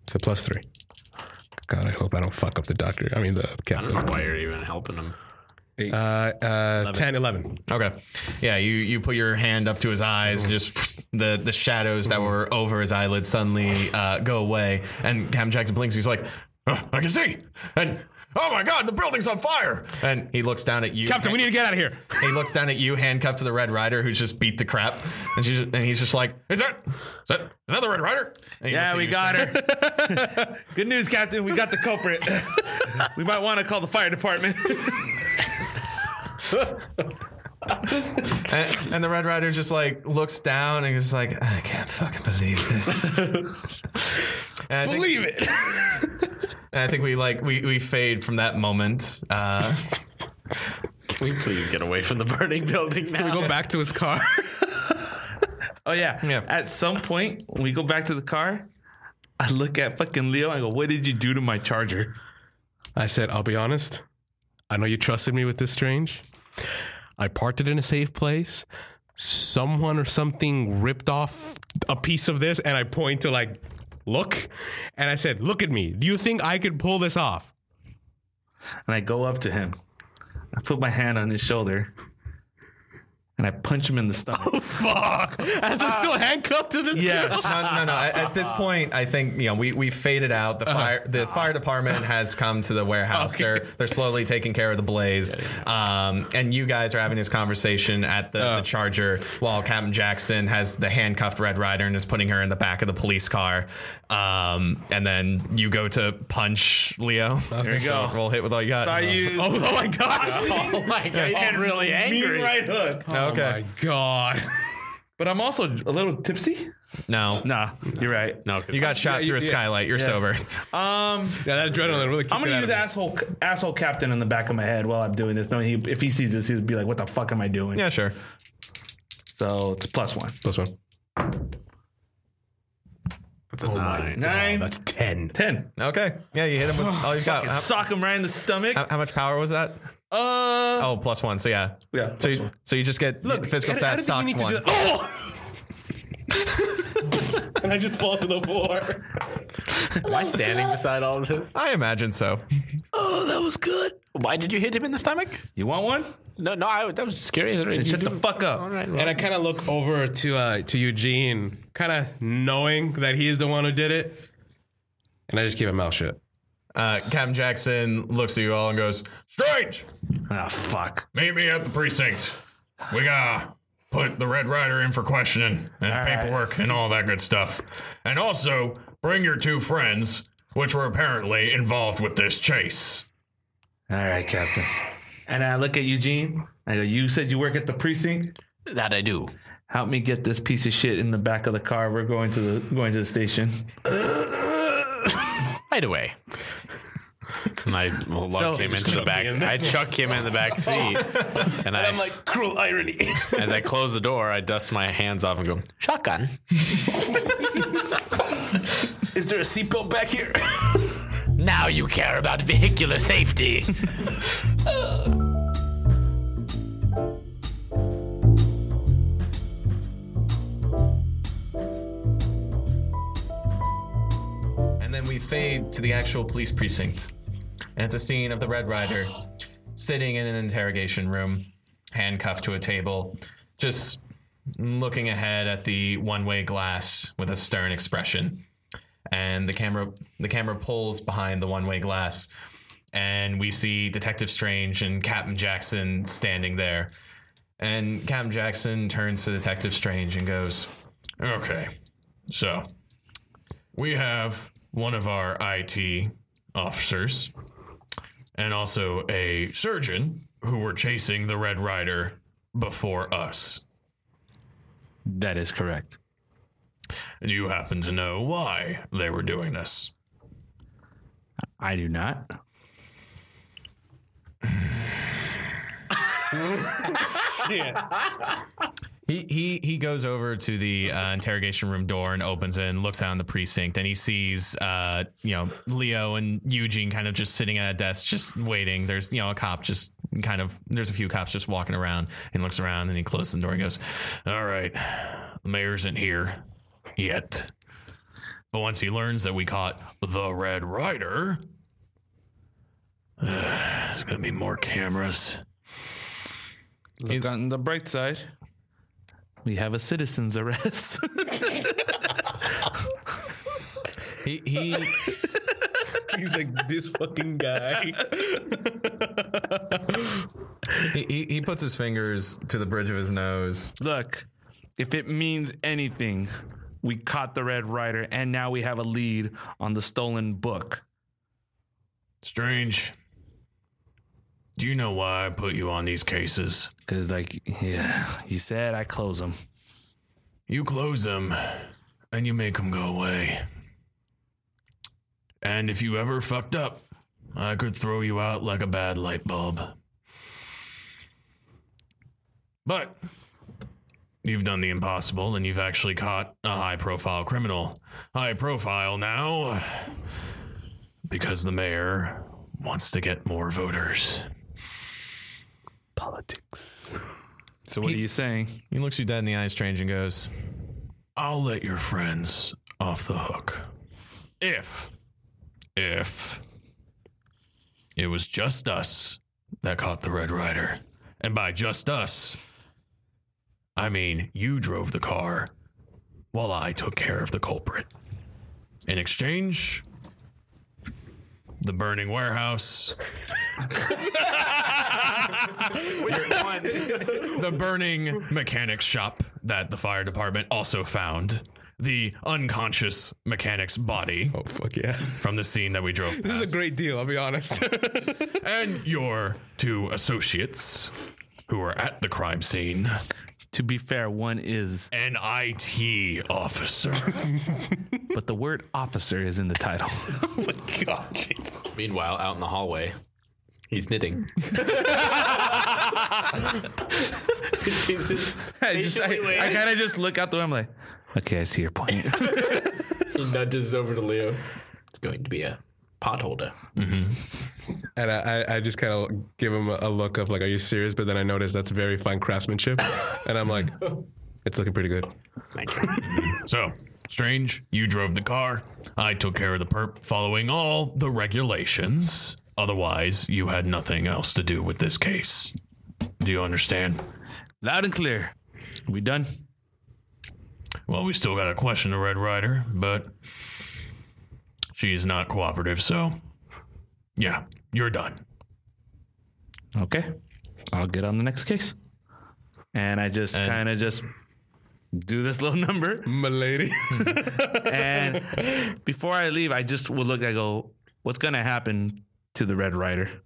[SPEAKER 3] So plus three. God, I hope I don't fuck up the doctor. I mean the captain.
[SPEAKER 7] Why are you even helping him?
[SPEAKER 3] Uh, uh, 10, 11.
[SPEAKER 4] Okay. Yeah, you, you put your hand up to his eyes and just the, the shadows that were over his eyelids suddenly uh, go away. And Cam Jackson blinks. He's like, "Oh, I can see. And oh my God, the building's on fire. And he looks down at you.
[SPEAKER 3] Captain, we need to get out of here.
[SPEAKER 4] (laughs) He looks down at you, handcuffed to the Red Rider, who's just beat the crap. And, she's, and he's just like, Is that, is that, is that the Red Rider? And you just
[SPEAKER 6] Yeah,
[SPEAKER 4] see
[SPEAKER 6] we
[SPEAKER 4] you
[SPEAKER 6] got her. (laughs) Good news, Captain. We got the culprit. (laughs) we might want to call the fire department. (laughs)
[SPEAKER 4] (laughs) And, and the Red Rider just like looks down and is like, I can't fucking believe this. (laughs) And I think,
[SPEAKER 3] Leave it.
[SPEAKER 4] (laughs) and I think we like we, we fade from that moment. Uh,
[SPEAKER 7] Can we please get away from the burning building now?
[SPEAKER 3] Go back to his car. (laughs)
[SPEAKER 6] oh yeah.
[SPEAKER 4] Yeah.
[SPEAKER 6] At some point, when we go back to the car, I look at fucking Leo and I go, "What did you do to my charger?"
[SPEAKER 3] I said, I'll be honest. I know you trusted me with this strange. I parked it in a safe place. Someone or something ripped off a piece of this, and I point to like, look. And I said, Look at me. Do you think I could pull this off? (laughs)
[SPEAKER 6] And I go up to him. I put my hand on his shoulder. And I punch him in the stomach. (laughs)
[SPEAKER 3] Fuck. As I'm still handcuffed to this. (laughs)
[SPEAKER 6] yes.
[SPEAKER 4] no, no, no. At, at this point, I think you know we, we faded out. The fire the fire department has come to the warehouse. They're they're slowly taking care of the blaze. Um, and you guys are having this conversation at the, the charger while Captain Jackson has the handcuffed Red Rider and is putting her in the back of the police car. Um, and then you go to punch Leo. There you
[SPEAKER 6] go.
[SPEAKER 4] Roll hit with all you got.
[SPEAKER 6] Saw you.
[SPEAKER 3] Oh, oh my God.
[SPEAKER 5] Oh my god, he's getting really angry.
[SPEAKER 6] Mean right hook.
[SPEAKER 4] okay.
[SPEAKER 3] God.
[SPEAKER 6] But I'm also a little tipsy.
[SPEAKER 4] No.
[SPEAKER 6] Nah, you're right.
[SPEAKER 7] No,
[SPEAKER 4] You got shot
[SPEAKER 3] you-
[SPEAKER 4] through a
[SPEAKER 3] yeah.
[SPEAKER 4] skylight. You're sober.
[SPEAKER 3] Yeah, that adrenaline really kicked
[SPEAKER 6] I'm
[SPEAKER 3] it
[SPEAKER 6] gonna
[SPEAKER 3] out
[SPEAKER 6] use
[SPEAKER 3] of me.
[SPEAKER 6] asshole asshole captain in the back of my head while I'm doing this. Knowing he, if he sees this, he'd be like, "What the fuck am I doing?"
[SPEAKER 4] Yeah, sure.
[SPEAKER 6] So it's plus one.
[SPEAKER 3] Plus one.
[SPEAKER 6] Nine.
[SPEAKER 3] That's 10.
[SPEAKER 6] ten.
[SPEAKER 4] Okay. Yeah, you hit him with all you've got. How-
[SPEAKER 6] Sock him right in the stomach.
[SPEAKER 4] How, how much power was that?
[SPEAKER 6] Uh,
[SPEAKER 4] Oh, plus one. So yeah.
[SPEAKER 6] yeah.
[SPEAKER 4] So you, so you just get Look, physical
[SPEAKER 3] I- I
[SPEAKER 4] stats
[SPEAKER 3] don't think we
[SPEAKER 4] socked
[SPEAKER 3] need to
[SPEAKER 4] one.
[SPEAKER 3] do
[SPEAKER 6] oh! (laughs) and I just fall to the floor.
[SPEAKER 7] Am I standing beside all of this?
[SPEAKER 4] I imagine so.
[SPEAKER 6] Oh, that was good.
[SPEAKER 5] Why did you hit him in the stomach?
[SPEAKER 6] You want one?
[SPEAKER 5] No, no, I, that was just curious. I didn't- you
[SPEAKER 6] Shut the
[SPEAKER 5] do-
[SPEAKER 6] fuck
[SPEAKER 5] All
[SPEAKER 6] up.
[SPEAKER 5] right, well.
[SPEAKER 3] And I kind of look over to uh, to Eugene, kind of knowing that he is the one who did it, and I just keep my mouth shut.
[SPEAKER 8] Uh, Captain Jackson looks at you all and goes, Strange!
[SPEAKER 6] Ah, fuck.
[SPEAKER 8] Meet me at the precinct. We gotta put the Red Rider in for questioning and
[SPEAKER 6] right.
[SPEAKER 8] paperwork and all that good stuff. And also, bring your two friends, which were apparently involved with this chase.
[SPEAKER 6] All right, Captain. And I look at Eugene. I go, You said you work at the precinct?
[SPEAKER 7] That I do.
[SPEAKER 6] Help me get this piece of shit in the back of the car. We're going to the going to the station.
[SPEAKER 7] Right away.
[SPEAKER 5] And I well, lug him into the back. I chuck him in the back seat, and, I, am like cruel irony. (laughs) as I close the door, I dust my hands off and go shotgun.
[SPEAKER 4] Is there a seatbelt back here?
[SPEAKER 7] Now you care about vehicular safety.
[SPEAKER 8] And then we fade to the actual police precinct. And it's a scene of the Red Rider sitting in an interrogation room, handcuffed to a table, just looking ahead at the one-way glass with a stern expression. And the camera the camera pulls behind the one-way glass and we see Detective Strange and Captain Jackson standing there. And Captain Jackson turns to Detective Strange and goes, "Okay. So, we have one of our IT officers and also a surgeon who were chasing the Red Rider before us.
[SPEAKER 6] That is correct.
[SPEAKER 8] Do you happen to know why they were doing this?
[SPEAKER 6] I do not.
[SPEAKER 8] He he he goes over to the uh, interrogation room door and opens it and looks out in the precinct and he sees uh you know Leo and Eugene kind of just sitting at a desk just waiting. There's you know a cop just kind of there's a few cops just walking around and looks around and he closes the door and goes, "All right, the mayor isn't here yet." But once he learns that we caught the Red Rider, there's gonna be more cameras.
[SPEAKER 4] Look on the bright side.
[SPEAKER 6] We have a citizen's arrest. (laughs)
[SPEAKER 8] He he.
[SPEAKER 4] (laughs) He's like this fucking guy.
[SPEAKER 8] (laughs) He, he, he puts his fingers to the bridge of his nose.
[SPEAKER 6] Look, if it means anything, we caught the Red Rider and now we have a lead on the stolen book.
[SPEAKER 8] Strange. Do you know why I put you on these cases?
[SPEAKER 6] Cause like, yeah, you said I close them.
[SPEAKER 8] You close them and you make them go away. And if you ever fucked up, I could throw you out like a bad light bulb. But you've done the impossible and you've actually caught a high profile criminal. High profile now because the mayor wants to get more voters.
[SPEAKER 6] So what are you saying?
[SPEAKER 8] He looks you dead in the eyes, strange, and goes, I'll let your friends off the hook. If, if it was just us that caught the Red Rider. And by just us, I mean you drove the car while I took care of the culprit. In exchange, the burning warehouse the burning mechanics shop that the fire department also found. The unconscious mechanic's body
[SPEAKER 3] Oh fuck yeah!
[SPEAKER 8] from the scene that we drove
[SPEAKER 3] This
[SPEAKER 8] past.
[SPEAKER 3] is (laughs) a great deal. I'll be honest. (laughs)
[SPEAKER 8] and your two associates who were at the crime scene.
[SPEAKER 6] To be fair, one is,
[SPEAKER 8] An IT officer.
[SPEAKER 3] (laughs)
[SPEAKER 6] but the word officer is in the title.
[SPEAKER 5] Meanwhile, out in the hallway,
[SPEAKER 7] He's knitting.
[SPEAKER 6] (laughs) I, just- I-
[SPEAKER 5] Patiently
[SPEAKER 6] I kind of just look out the window. I'm like, okay, I see your point.
[SPEAKER 7] He nudges over to Leo. It's going to be a pot holder.
[SPEAKER 3] and I, I, I just kind of give him a, a look of like, "Are you serious?" But then I notice that's very fine craftsmanship, and I'm like, (laughs) "It's looking pretty good."
[SPEAKER 8] so, Strange, you drove the car. I took care of the perp following all the regulations. Otherwise, you had nothing else to do with this case. Do you understand?
[SPEAKER 6] (laughs) Loud and clear. We done?
[SPEAKER 8] Well, we still got a question to Red Rider, but she's not cooperative, so yeah, you're done.
[SPEAKER 6] Okay. I'll get on the next case. And I just kind of just do this (laughs) little number.
[SPEAKER 3] Milady.
[SPEAKER 6] (laughs) and before I leave, I just will look. I go, what's going to happen to the Red Rider?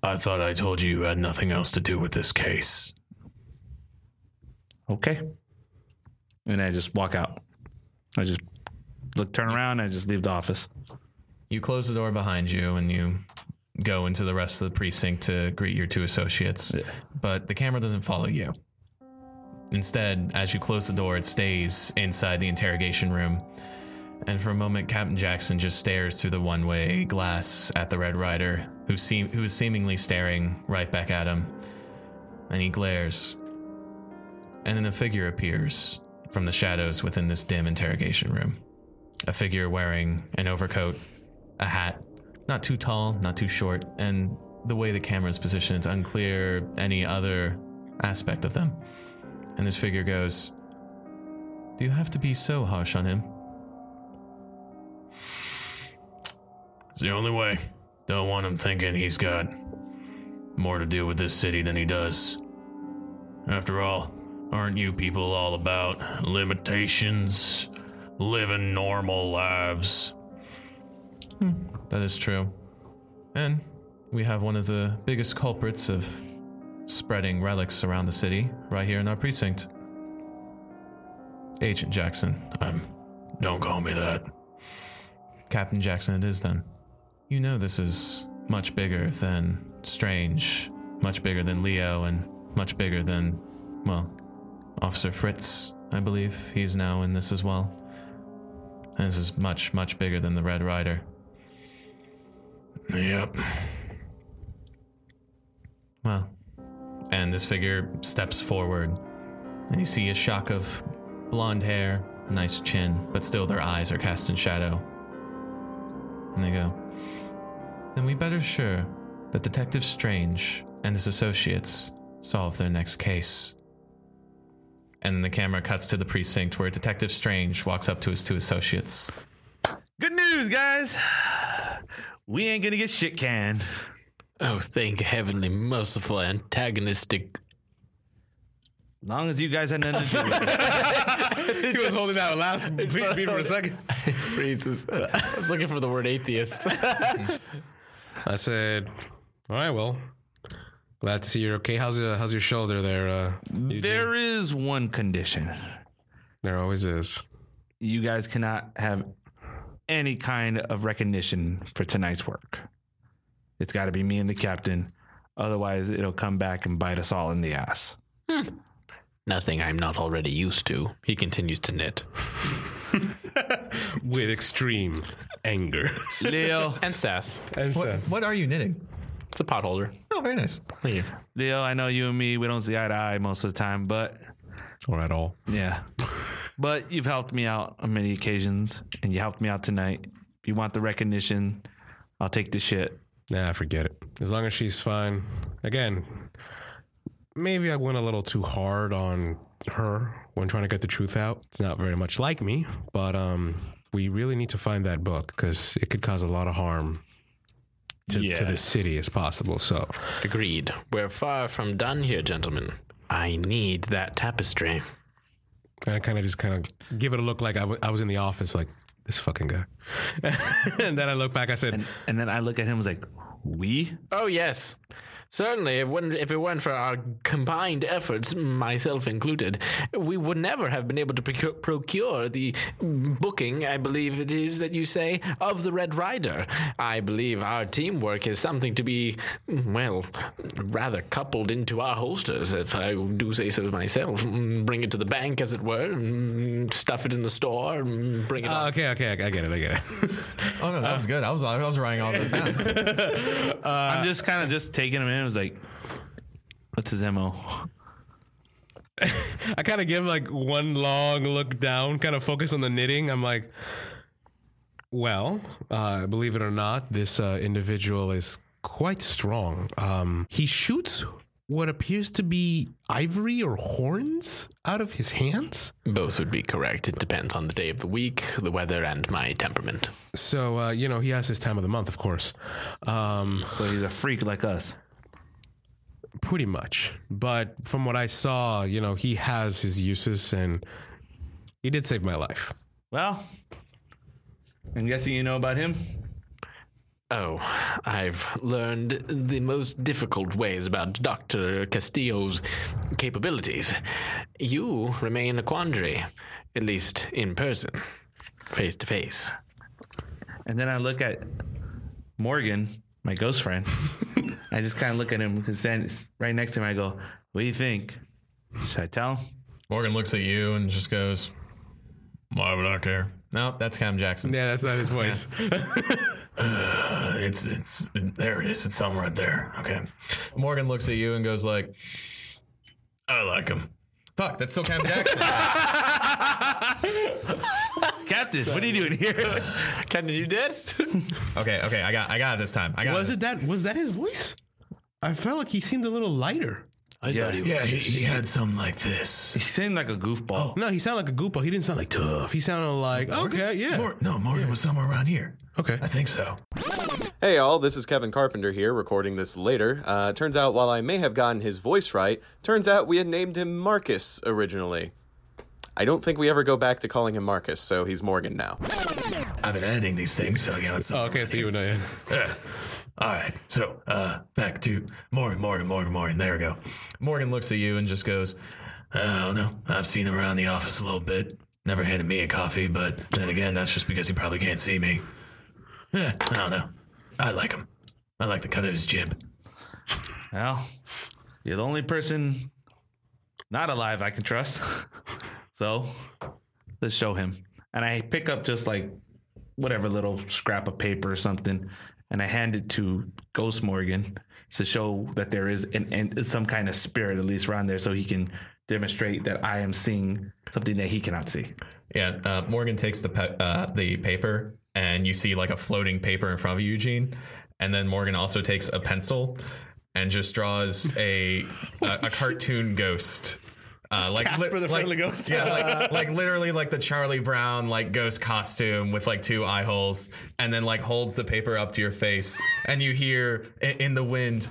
[SPEAKER 8] I thought I told you you had nothing else to do with this case.
[SPEAKER 6] Okay. And I just walk out. I just look, turn around. I just leave the office.
[SPEAKER 4] You close the door behind you and you go into the rest of the precinct to greet your two associates, but the camera doesn't follow you. Instead, as you close the door, it stays inside the interrogation room. And for a moment, Captain Jackson just stares through the one way glass at the Red Rider, who, seem- who is seemingly staring right back at him. And he glares. And then a figure appears from the shadows within this dim interrogation room. A figure wearing an overcoat a hat, not too tall, not too short, and the way the camera is positioned, it's unclear any other aspect of them. And this figure goes, Do you have to be so harsh on him?
[SPEAKER 8] It's the only way. Don't want him thinking he's got more to do with this city than he does. After all, aren't you people all about limitations, living normal lives?
[SPEAKER 4] Hmm, That is true. And we have one of the biggest culprits of spreading relics around the city right here in our precinct. Agent Jackson.
[SPEAKER 8] I'm. Don't call me that.
[SPEAKER 4] Captain Jackson, it is then. You know this is much bigger than Strange, much bigger than Leo, and much bigger than, well, Officer Fritz, I believe. He's now in this as well. And this is much, much bigger than the Red Rider.
[SPEAKER 8] Yep.
[SPEAKER 4] Well, and this figure steps forward, and you see a shock of blonde hair, nice chin, but still their eyes are cast in shadow. And they go, Then we better sure that Detective Strange and his associates solve their next case. And then the camera cuts to the precinct where Detective Strange walks up to his two associates.
[SPEAKER 6] Good news, guys. We ain't going to get shit canned.
[SPEAKER 7] Oh, thank heavenly, merciful, antagonistic.
[SPEAKER 6] long as you guys had nothing to do with it.
[SPEAKER 3] he was holding that last beat, beat for a second.
[SPEAKER 7] Phrases. I was looking for the word atheist. (laughs)
[SPEAKER 3] I said, "All right, well, glad to see you're okay. How's uh, how's your shoulder there? Uh, Eugene?"
[SPEAKER 6] (laughs) There is one condition.
[SPEAKER 3] there always is.
[SPEAKER 6] You guys cannot have any kind of recognition for tonight's work. It's got to be me and the captain. Otherwise, it'll come back and bite us all in the ass.
[SPEAKER 7] Nothing I'm not already used to. He continues to knit.
[SPEAKER 3] With extreme anger
[SPEAKER 6] Leo,
[SPEAKER 7] And sass.
[SPEAKER 3] and so,
[SPEAKER 4] What are you knitting?
[SPEAKER 7] It's a potholder.
[SPEAKER 4] Oh, very nice.
[SPEAKER 7] Thank you.
[SPEAKER 6] Leo, I know you and me, we don't see eye to eye most of the time, but
[SPEAKER 3] or at all.
[SPEAKER 6] yeah. But you've helped me out on many occasions, and you helped me out tonight. If you want the recognition, I'll take the shit.
[SPEAKER 3] Nah, forget it. As long as she's fine. Again, maybe I went a little too hard on her when trying to get the truth out. It's not very much like me, but um, we really need to find that book because it could cause a lot of harm to, to the city as possible. So
[SPEAKER 7] Agreed. We're far from done here, gentlemen. I need that tapestry.
[SPEAKER 3] And I kind of just kind of give it a look like I, w- I was in the office, like this fucking guy. (laughs) and then I look back, I said,
[SPEAKER 6] And then I look at him I was like, we?
[SPEAKER 7] Oh, yes. Certainly, if, wouldn't- if it weren't for our combined efforts, myself included, we would never have been able to procure, procure the booking, I believe it is that you say, of the Red Rider. I believe our teamwork is something to be, well, rather coupled into our holsters, if I do say so myself. Mm, Bring it to the bank, as it were, mm, stuff it in the store, mm, bring it
[SPEAKER 3] "Oh,
[SPEAKER 7] up.
[SPEAKER 3] okay, okay, I get it, I get it.
[SPEAKER 4] Oh no, that was good. I was I was writing all those down.
[SPEAKER 6] I'm just kind of just taking him in. I was like, what's his MO?
[SPEAKER 3] I kind of give like one long look down, kind of focus on the knitting. I'm like, Well, uh, believe it or not, this uh, individual is quite strong. Um, he shoots what appears to be ivory or horns out of his hands.
[SPEAKER 7] Both would be correct. It depends on the day of the week, the weather, and my temperament.
[SPEAKER 3] So, uh, you know, he has his time of the month, of course. Um,
[SPEAKER 6] So he's a freak like us.
[SPEAKER 3] pretty much. But from what I saw, you know, he has his uses and he did save my life.
[SPEAKER 6] Well, I'm guessing you know about him.
[SPEAKER 7] Oh, I've learned the most difficult ways about Dr. Castillo's capabilities. You remain a quandary, at least in person, face to face.
[SPEAKER 6] And then I look at Morgan, my ghost friend. I just kind of look at him because then it's right next to him. I go, "What do you think? Should I tell?" him?"
[SPEAKER 4] Morgan looks at you and just goes,
[SPEAKER 8] Why would I care?
[SPEAKER 4] "No, that's Cam Jackson."
[SPEAKER 3] Yeah, that's not his voice.
[SPEAKER 8] Uh, It's it's there it is. It's something right there. Okay.
[SPEAKER 4] Morgan looks at you and goes like,
[SPEAKER 8] I like him.
[SPEAKER 4] "Fuck, that's still Cam Jackson."
[SPEAKER 6] Captain, what are you doing here?
[SPEAKER 5] Captain, you
[SPEAKER 7] (laughs)
[SPEAKER 5] did?
[SPEAKER 4] (laughs) okay, okay, I got, I got it this time. I got
[SPEAKER 3] Was
[SPEAKER 4] this.
[SPEAKER 3] it that? Was that his voice? I felt like he seemed a little lighter.
[SPEAKER 7] I thought he was.
[SPEAKER 8] Yeah, he, he had something like this.
[SPEAKER 6] He seemed like a goofball.
[SPEAKER 3] No, he sounded like a goopo. He didn't sound like tough. He sounded like okay, yeah,
[SPEAKER 8] Mor- no, Morgan was somewhere around here.
[SPEAKER 3] okay.
[SPEAKER 8] I think so.
[SPEAKER 1] Hey, all, this is Kevin Carpenter here, recording this later. Uh, turns out, while I may have gotten his voice right, turns out we had named him Marcus originally. I don't think we ever go back to calling him Marcus, so he's Morgan now.
[SPEAKER 8] I've been editing these things, so yeah, it's
[SPEAKER 3] Oh, okay, so you would know. Yeah.
[SPEAKER 8] all right. So uh, back to Morgan, Morgan, Morgan, Morgan. There we go.
[SPEAKER 4] Morgan looks at you and just goes,
[SPEAKER 8] Oh no, I've seen him around the office a little bit. Never handed me a coffee, but then again, that's just because he probably can't see me. Eh, I don't know. I like him. I like the cut of his jib.
[SPEAKER 6] Well, you're the only person not alive I can trust. (laughs) so let's show him. And I pick up just like whatever little scrap of paper or something, and I hand it to Ghost Morgan to show that there is an, an some kind of spirit at least around there, so he can demonstrate that I am seeing something that he cannot see.
[SPEAKER 4] Yeah, uh, Morgan takes the pe- uh, the paper, and you see like a floating paper in front of you, Eugene. And then Morgan also takes a pencil and just draws a a, a cartoon ghost. Uh, like Casper the Friendly Ghost. yeah, (laughs) like, like literally like the Charlie Brown like ghost costume with like two eye holes, and then like holds the paper up to your face, and you hear i- in the wind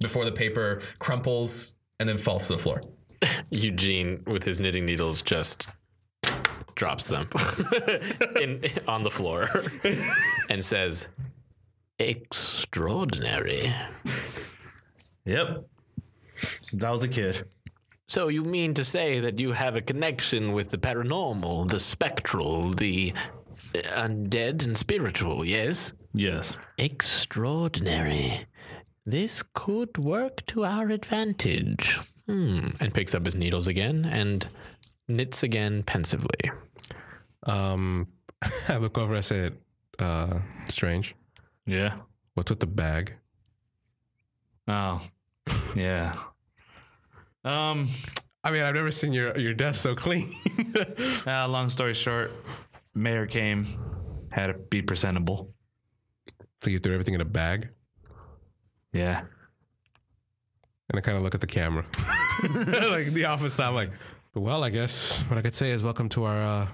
[SPEAKER 4] before the paper crumples and then falls to the floor.
[SPEAKER 7] Eugene, with his knitting needles, just drops them (laughs) in, on the floor (laughs) and says, Extraordinary.
[SPEAKER 6] Yep. Since I was a kid.
[SPEAKER 7] So you mean to say that you have a connection with the paranormal, the spectral, the uh, undead and spiritual, yes?
[SPEAKER 6] Yes.
[SPEAKER 7] Extraordinary. This could work to our advantage. Hmm. And picks up his needles again and knits again pensively.
[SPEAKER 3] Um, (laughs) I look over. I said, uh, "Strange.
[SPEAKER 6] Yeah.
[SPEAKER 3] What's with the bag?"
[SPEAKER 6] Oh. Yeah. Um.
[SPEAKER 3] I mean, I've never seen your your desk so clean. (laughs)
[SPEAKER 6] Uh, long story short, mayor came, had to be presentable.
[SPEAKER 3] so you threw everything in a bag,
[SPEAKER 6] Yeah.
[SPEAKER 3] and I kind of look at the (laughs) camera, like the office. I'm like, "Well, I guess what I could say is welcome to our uh,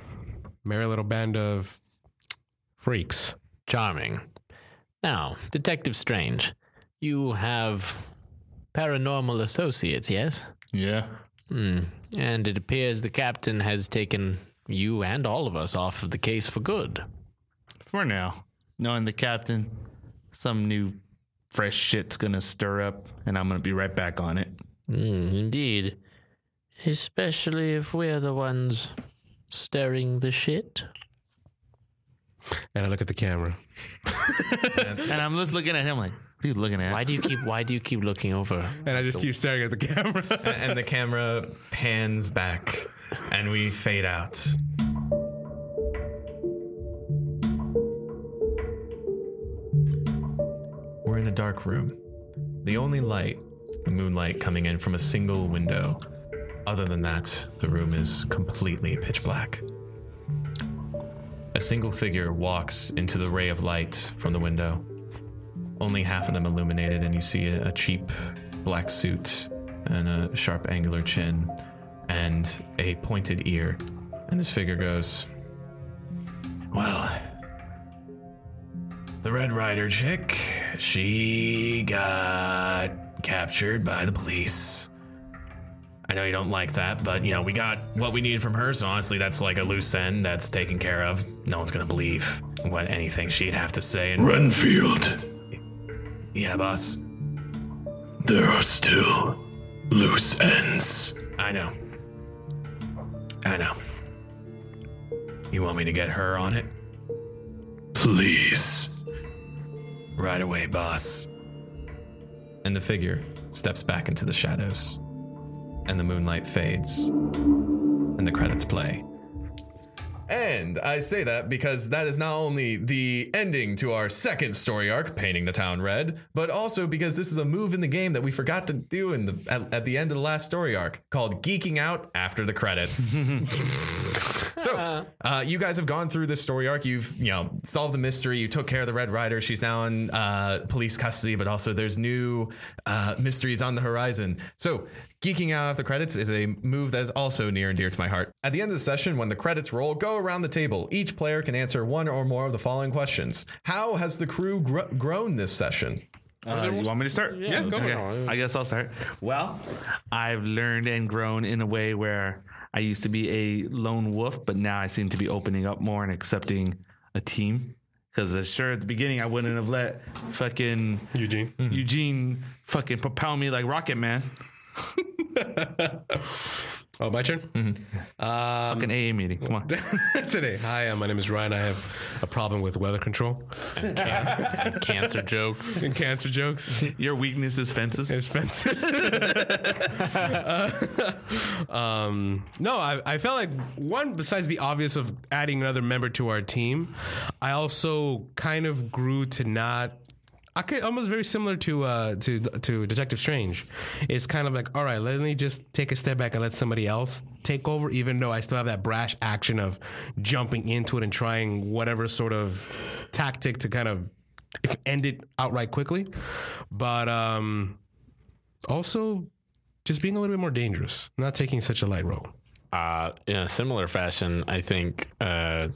[SPEAKER 3] merry little band of freaks."
[SPEAKER 7] Charming. Now, Detective Strange, you have paranormal associates, yes?
[SPEAKER 6] Yeah.
[SPEAKER 7] Hmm. And it appears the captain has taken you and all of us off of the case for good.
[SPEAKER 6] For now, knowing the captain, some new fresh shit's gonna stir up, and I'm gonna be right back on it.
[SPEAKER 7] Mm, indeed. Especially if we're the ones stirring the shit.
[SPEAKER 3] And I look at the camera.
[SPEAKER 6] And I'm just looking at him like, what are you looking at?
[SPEAKER 7] Why do you keep why do you keep looking over?
[SPEAKER 3] And I just keep staring at the camera.
[SPEAKER 4] and the camera pans back and we fade out. We're in a dark room. The only light, the moonlight coming in from a single window. Other than that, the room is completely pitch black. A single figure walks into the ray of light from the window. Only half of them illuminated, and you see a, a cheap black suit and a sharp angular chin and a pointed ear. And this figure goes, Well, the Red Rider chick, she got captured by the police. I know you don't like that, but you know, we got what we needed from her, so honestly, that's like a loose end that's taken care of. No one's gonna believe what anything she'd have to say. And
[SPEAKER 8] Renfield,
[SPEAKER 4] yeah, boss,
[SPEAKER 8] there are still loose ends.
[SPEAKER 4] I know. I know. You want me to get her on it?
[SPEAKER 8] Please.
[SPEAKER 4] Right away, boss. And the figure steps back into the shadows, and the moonlight fades, and the credits play. And I say that because that is not only the ending to our second story arc, painting the town red, but also because this is a move in the game that we forgot to do in the at, at the end of the last story arc called geeking out after the credits. (laughs) So, uh, you guys have gone through this story arc. You've you know solved the mystery. You took care of the Red Rider. She's now in uh, police custody, but also there's new uh, mysteries on the horizon. So, geeking out of the credits is a move that is also near and dear to my heart. At the end of the session, when the credits roll, go around the table. Each player can answer one or more of the following questions. How has the crew gr- grown this session?
[SPEAKER 6] Uh, you want me to start? Yeah, go okay. I guess I'll start. Well, I've learned and grown in a way where I used to be a lone wolf, but now I seem to be opening up more and accepting a team. Because sure, at the beginning, I wouldn't have let fucking Mm-hmm.
[SPEAKER 3] Eugene.
[SPEAKER 6] Eugene fucking propel me like Rocket Man.
[SPEAKER 3] Oh, my turn?
[SPEAKER 6] fucking AA meeting. (laughs) Come on.
[SPEAKER 3] (laughs) Today. Hi, uh, my name is Ryan. I have a problem with weather control
[SPEAKER 7] Cancer jokes.
[SPEAKER 3] and (laughs) cancer jokes.
[SPEAKER 6] Your weakness is fences.
[SPEAKER 3] There's (laughs) fences. Uh, um, no, I, I felt like one, besides the obvious of adding another member to our team, I also kind of grew to not. I could, almost very similar to uh, to to Detective Strange. It's kind of like, all right, let me just take a step back and let somebody else take over, even though I still have that brash action of jumping into it and trying whatever sort of tactic to kind of end it outright quickly. But um, also just being a little bit more dangerous, not taking such a light role.
[SPEAKER 7] Uh, in a similar fashion, I think uh,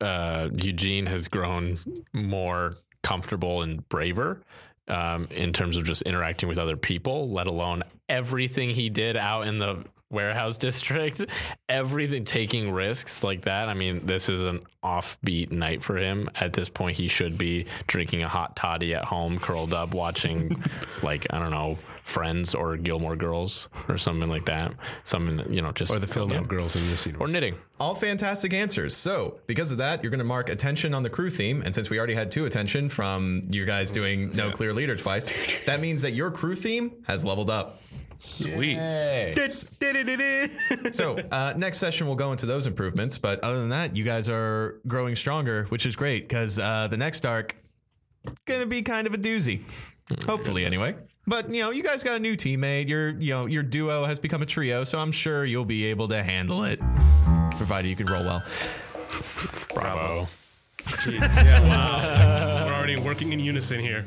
[SPEAKER 7] uh, Eugene has grown more comfortable and braver um, in terms of just interacting with other people, let alone everything he did out in the warehouse (laughs) district, everything taking risks like that. I mean, this is an offbeat night for him. At this point, he should be drinking a hot toddy at home, curled
[SPEAKER 3] (laughs)
[SPEAKER 7] up, watching, like, I don't know. Friends or Gilmore Girls or something like that. Something you know, just
[SPEAKER 3] Or the film out girls in this universe.
[SPEAKER 7] or knitting.
[SPEAKER 4] All fantastic answers. So, because of that, you're going to mark attention on the crew theme. And since we already had two attention from you guys doing no clear leader twice, that means that your crew theme has leveled up.
[SPEAKER 6] Sweet.
[SPEAKER 4] So, uh, next session, we'll go into those improvements. But other than that, you guys are growing stronger, which is great because uh, the next arc going to be kind of a doozy. Hopefully, anyway. But you know, you guys got a new teammate. Your you know your duo has become a trio, so I'm sure you'll be able to handle it, provided you can roll well.
[SPEAKER 7] Bravo.
[SPEAKER 3] We're already working in unison here.